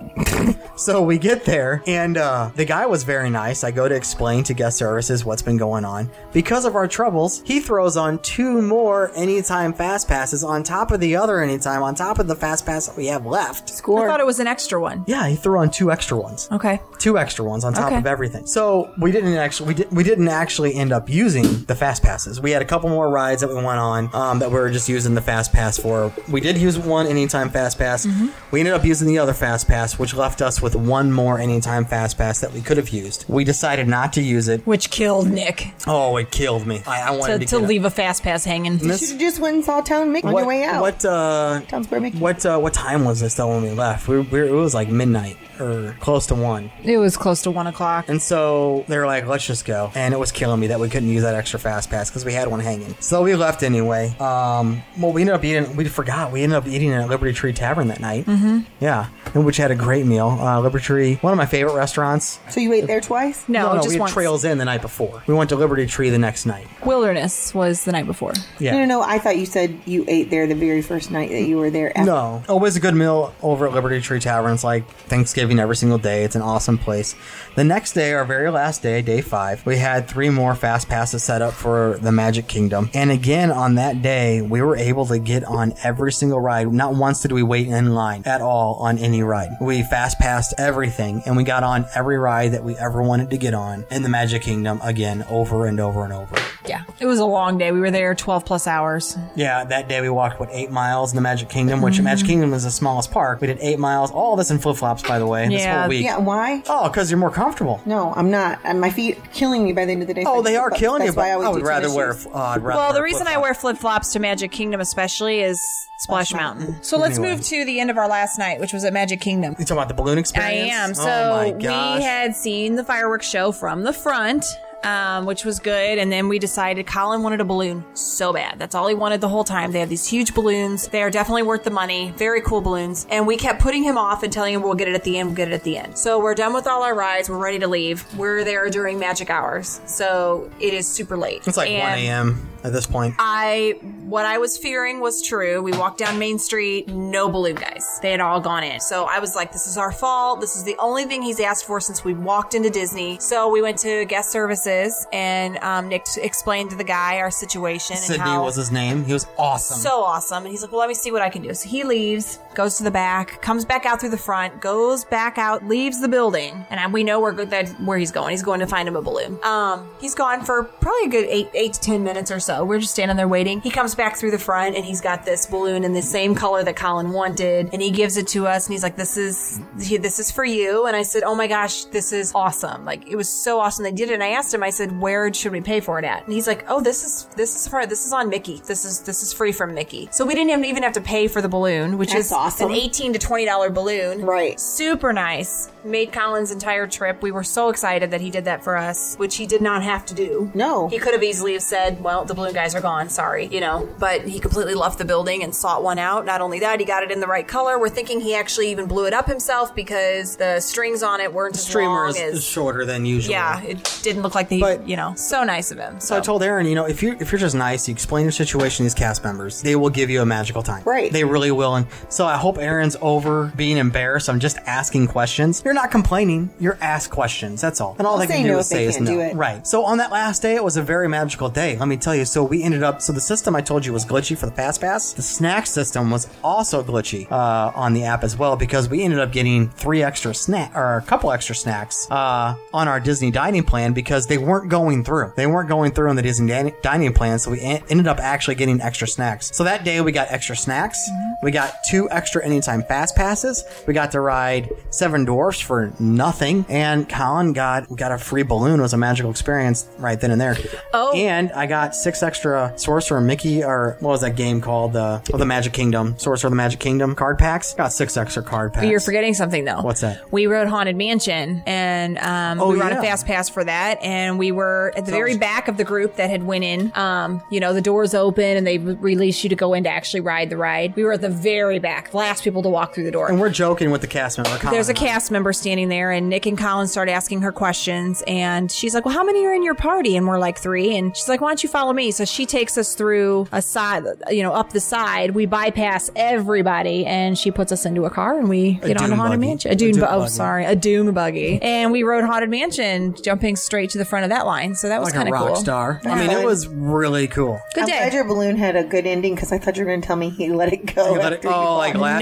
Speaker 1: so we get there, and uh, the guy was very nice. I go to explain to guest services what's been going on. Because of our troubles, he throws on two more anytime fast passes on top of the other anytime on top of the fast pass that we have left.
Speaker 7: I thought it was an extra one.
Speaker 1: Yeah, he threw on two extra ones.
Speaker 7: Okay.
Speaker 1: Two extra ones on top
Speaker 7: Okay.
Speaker 1: of everything. So we didn't actually we, did, we didn't actually end up using the fast passes. We had a couple more rides that we went on um, that we were just using the fast pass for. We did use one anytime fast pass.
Speaker 7: Mm-hmm.
Speaker 13: Mhm.
Speaker 1: We ended up using the other fast pass, which left us with one more anytime fast pass that we could have used. We decided not to use it.
Speaker 7: Which killed Nick.
Speaker 1: Oh, it killed me. I, I
Speaker 7: To,
Speaker 1: wanted to,
Speaker 7: to
Speaker 1: get
Speaker 7: leave a fast pass hanging.
Speaker 1: You Miss- should've
Speaker 6: just went and saw Town Mick
Speaker 1: What, What uh, what uh, what time was this though when we left? We, we, it was like midnight or close to one.
Speaker 7: It was close to one o'clock.
Speaker 1: And so they were like, let's just go. And it was killing me that we couldn't use that extra fast pass because we had one hanging. So we left anyway. Um, well, we ended up eating, we forgot, we ended up eating at Liberty Tree Tavern that night.
Speaker 6: Mhm.
Speaker 1: Yeah. And which had a great meal. Uh, Liberty Tree, one of my favorite restaurants.
Speaker 6: So you ate there twice?
Speaker 1: no, we had Trails Inn the night before. We went to Liberty Tree the next night.
Speaker 7: Wilderness was the night before.
Speaker 1: Yeah.
Speaker 6: No, no, no. I thought you said you ate there the very first night that you were there. After.
Speaker 1: No. Always a good meal over at Liberty Tree Tavern. It's like Thanksgiving every single day. It's an awesome place. The next day, our very last day, day five, we had three more fast passes set up for the Magic Kingdom. And again, on that day, we were able to get on every single ride. Not once did we wait in line at all on any ride. We fast passed everything and we got on every ride that we ever wanted to get on in the Magic Kingdom again, over and over and over.
Speaker 7: Yeah. It was a long day. We were there 12 plus hours.
Speaker 1: Yeah, that day we walked what eight miles in the Magic Kingdom, which
Speaker 6: Mm-hmm.
Speaker 1: Magic Kingdom is the smallest park. We did eight miles. All this in flip flops, by the way. This whole week.
Speaker 6: Yeah, why?
Speaker 1: Oh, because you're more comfortable.
Speaker 6: No, I'm not. And my feet are killing me by the end of the day.
Speaker 1: Oh, they are
Speaker 6: But
Speaker 1: killing
Speaker 6: that's
Speaker 1: you.
Speaker 6: why
Speaker 1: But
Speaker 6: I,
Speaker 1: I,
Speaker 6: always
Speaker 1: would
Speaker 6: do
Speaker 1: rather
Speaker 6: tennis
Speaker 1: wear.
Speaker 6: shoes.
Speaker 1: Uh, I'd rather
Speaker 7: well, the
Speaker 1: wear
Speaker 7: reason
Speaker 1: flip-flops.
Speaker 7: I wear flip flops to Magic Kingdom, especially, is Splash Mountain. So let's
Speaker 1: Anyway.
Speaker 7: move to the end of our last night, which was at Magic Kingdom.
Speaker 1: You talking about the balloon experience?
Speaker 7: I am. So
Speaker 1: oh my
Speaker 7: we
Speaker 1: gosh.
Speaker 7: had seen the fireworks show from the front, um, which was good. And then we decided Colin wanted a balloon so bad. That's all he wanted the whole time. They had these huge balloons. They are definitely worth the money. Very cool balloons. And we kept putting him off and telling him we'll get it at the end. We'll get it at the end. So we're done with all our rides. We're ready to leave. We're there during magic hours, so it is super late.
Speaker 1: it's like
Speaker 7: And-
Speaker 1: 1 a.m. at this point.
Speaker 7: I what I was fearing was true. We walked down Main Street, no balloon guys. They had all gone in. So I was like, this is our fault. This is the only thing he's asked for since we walked into Disney. So we went to guest services and um, Nick explained to the guy our situation
Speaker 1: Sydney
Speaker 7: and how
Speaker 1: was his name. He was awesome.
Speaker 7: so awesome. And he's like, well, let me see what I can do. So he leaves, goes to the back, comes back out through the front, goes back out, leaves the building. And I- we know where, that, where he's going. He's going to find him a balloon. Um, he's gone for probably a good eight, eight to 10 minutes or so. We're just standing there waiting. He comes back through the front and he's got this balloon in the same color that Colin wanted. And he gives it to us and he's like, this is, he- this is for you. And I said, oh my gosh, this is awesome. Like it was so awesome. They did it. And I asked him, I said, where should we pay for it at? And he's like, oh, this is, this is for, this is on Mickey. This is, this is free from Mickey. So we didn't even have to pay for the balloon, which
Speaker 6: That's
Speaker 7: is
Speaker 6: awesome.
Speaker 7: an 18 to $20 balloon. Right. Super nice. Made Colin's entire trip. We were so excited that he did that for us, which he did not have to do.
Speaker 6: No.
Speaker 7: He could have easily have said, well, the balloon guys are gone. Sorry. You know, but he completely left the building and sought one out. Not only that, he got it in the right color. We're thinking he actually even blew it up himself because the strings on it weren't
Speaker 1: the
Speaker 7: as
Speaker 1: streamer
Speaker 7: long
Speaker 1: is,
Speaker 7: as
Speaker 1: is shorter than usual.
Speaker 7: yeah, it didn't look like the you know so nice of him.
Speaker 1: So I told Aaron, you know, if you if you're just nice, you explain your situation to these cast members, they will give you a magical time. Right. They really will. And so I hope Aaron's over being embarrassed. I'm just asking questions. You're not complaining. You're asked questions. That's all. And all
Speaker 6: They'll
Speaker 1: they
Speaker 6: say
Speaker 1: can do
Speaker 6: no
Speaker 1: is
Speaker 6: if they
Speaker 1: say is
Speaker 6: can't
Speaker 1: no.
Speaker 6: do it.
Speaker 1: Right. So on that last day, it was a very magical day. Let me tell you. So we ended up. So the system I told told you was glitchy for the Fast Pass, the snack system was also glitchy uh, on the app as well because we ended up getting three extra snack or a couple extra snacks uh, on our Disney dining plan because they weren't going through. They weren't going through on the Disney din- dining plan, so we en- ended up actually getting extra snacks. So that day we got extra snacks.
Speaker 7: Mm-hmm.
Speaker 1: We got two extra anytime fast passes. We got to ride Seven Dwarfs for nothing, and Colin got we got a free balloon. It was a magical experience right then and there. Oh, and I got six extra Sorcerer Mickey or what was that game called? The oh, the Magic Kingdom Sorcerer of the Magic Kingdom card packs. Got six extra card packs.
Speaker 7: You're forgetting something though.
Speaker 1: What's that?
Speaker 7: We rode Haunted Mansion, and um,
Speaker 1: Oh,
Speaker 7: we were on
Speaker 1: yeah.
Speaker 7: a fast pass for that, and we were at the very back of the group that had went in. Um, you know, the doors open, and they re- release you to go in to actually ride the ride. We were at the very back, last people to walk through the door.
Speaker 1: And we're joking with the cast member. Colin
Speaker 7: There's a
Speaker 1: and I.
Speaker 7: cast member standing there, and Nick and Colin start asking her questions. And she's like, Well, how many are in your party? And we're like, Three. And she's like, Why don't you follow me? So she takes us through a side, you know, up the side. We bypass everybody, and she puts us into a car, and we
Speaker 14: A
Speaker 7: get on to
Speaker 14: dune
Speaker 7: Haunted
Speaker 14: buggy.
Speaker 7: Mansion.
Speaker 14: A
Speaker 7: A dune,
Speaker 14: dune
Speaker 7: bu- oh,
Speaker 14: buggy.
Speaker 7: sorry, a dune buggy. And we rode Haunted Mansion, jumping straight to the front of that line. So that was
Speaker 1: like
Speaker 7: kind
Speaker 1: a
Speaker 7: of
Speaker 1: rock
Speaker 7: cool.
Speaker 1: star. I mean, it was really cool.
Speaker 7: Good
Speaker 6: I'm
Speaker 7: day.
Speaker 6: glad your balloon had a good ending because I thought you were going to tell me he let it go.
Speaker 1: He let it-
Speaker 6: after
Speaker 1: oh,
Speaker 6: you
Speaker 1: like last
Speaker 6: walked.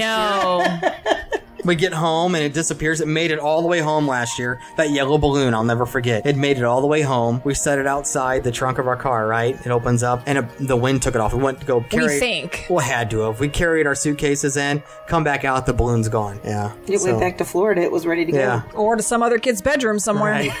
Speaker 7: No.
Speaker 1: We get home and it disappears. It made it all the way home last year. That yellow balloon, I'll never forget. It made it all the way home. We set it outside the trunk of our car, right? It opens up and it, the wind took it off. We went to go carry
Speaker 7: think.
Speaker 1: Well, had to have. We carried our suitcases in, come back out, the balloon's gone. Yeah.
Speaker 6: It
Speaker 1: So-
Speaker 6: went back to Florida. It was ready to
Speaker 1: Yeah.
Speaker 6: go.
Speaker 7: Or to some other kid's bedroom somewhere.
Speaker 1: <laughs>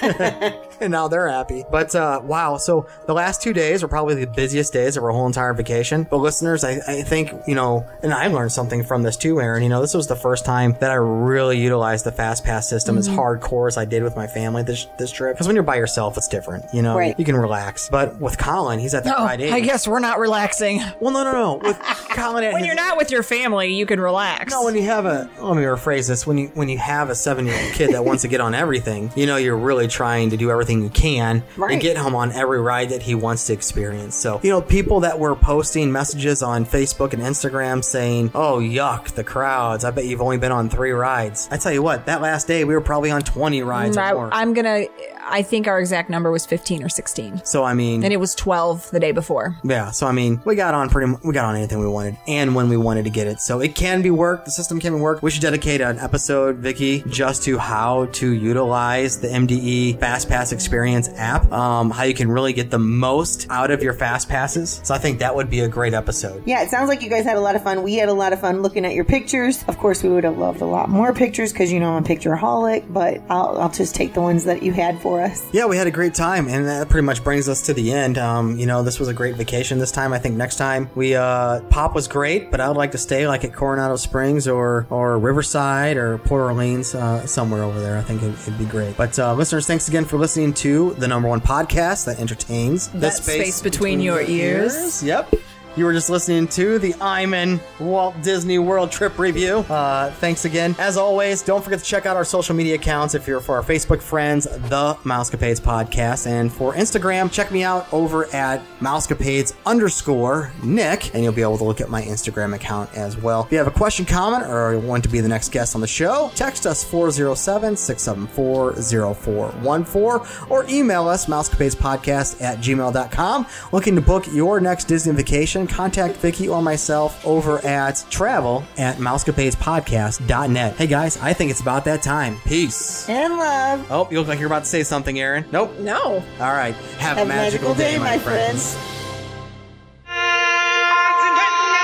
Speaker 1: and now they're happy. But uh, wow, so the last two days were probably the busiest days of our whole entire vacation. But listeners, I, I think you know, and I learned something from this too, Aaron. You know, this was the first time that I really utilized the fast pass system as
Speaker 7: Mm-hmm.
Speaker 15: Mhm.
Speaker 1: hardcore as I did with my family this this trip. Because when you're by yourself, it's different. You know,
Speaker 7: Right.
Speaker 1: you can relax. But with Colin, he's at that
Speaker 7: Oh,
Speaker 1: right age.
Speaker 7: I guess we're not relaxing.
Speaker 1: Well, no, no, no.
Speaker 7: <laughs>
Speaker 1: With Colin
Speaker 7: when you're not with your family, you can relax.
Speaker 1: No, when you have a let me rephrase this when you when you have a seven year old kid that wants to get on everything, you know you're really trying to do everything you can
Speaker 15: Right.
Speaker 1: and get him on every ride that he wants to experience. So you know people that were posting messages on Facebook and Instagram saying, "Oh yuck, the crowds! I bet you've only been on three rides." I tell you what, that last day we were probably on twenty rides
Speaker 7: Mm,
Speaker 1: or more.
Speaker 7: I, am gonna. I think our exact number was 15 or 16,
Speaker 1: so I mean,
Speaker 7: and it was 12 the day before.
Speaker 1: Yeah, so I mean, we got on pretty. mu- We got on anything we wanted, and when we wanted to get it. So it can be worked. The system can be worked. We should dedicate an episode, Vicky, just to how to utilize the MDE Fast Pass Experience app. Um, how you can really get the most out of your Fast Passes. So I think that would be a great episode.
Speaker 6: Yeah, it sounds like you guys had a lot of fun. We had a lot of fun looking at your pictures. Of course, we would have loved a lot more pictures because you know I'm a pictureaholic, but I'll, I'll just take the ones that you had for us.
Speaker 1: Yeah, we had a great time, and that pretty much brings us to the end. Um, you know, this was a great vacation this time. I think next time we uh, pop was great, but I would like to stay like at Coronado Springs or or Riverside or Port Orleans, uh, somewhere over there. I think it, it'd be great. But uh, listeners, thanks again for listening to the number one podcast that entertains the
Speaker 7: That space between your ears.
Speaker 1: Yep. You were just listening to the Iman Walt Disney World Trip Review. Uh, thanks again. As always, don't forget to check out our social media accounts if you're for our Facebook friends, the Mousecapades Podcast. And for Instagram, check me out over at Mousecapades underscore Nick, and you'll be able to look at my Instagram account as well. If you have a question, comment, or want to be the next guest on the show, text us 407 674 0414 or email us mousecapadespodcast at gmail.com. Looking to book your next Disney vacation, contact Vicky or myself over at travel at mousecapadespodcast.net. Hey guys, I think it's about that time. Peace.
Speaker 6: And love.
Speaker 1: Oh, you look like you're about to say something, Aaron. Nope.
Speaker 7: No. All
Speaker 1: right. Have, a magical, day, my friends.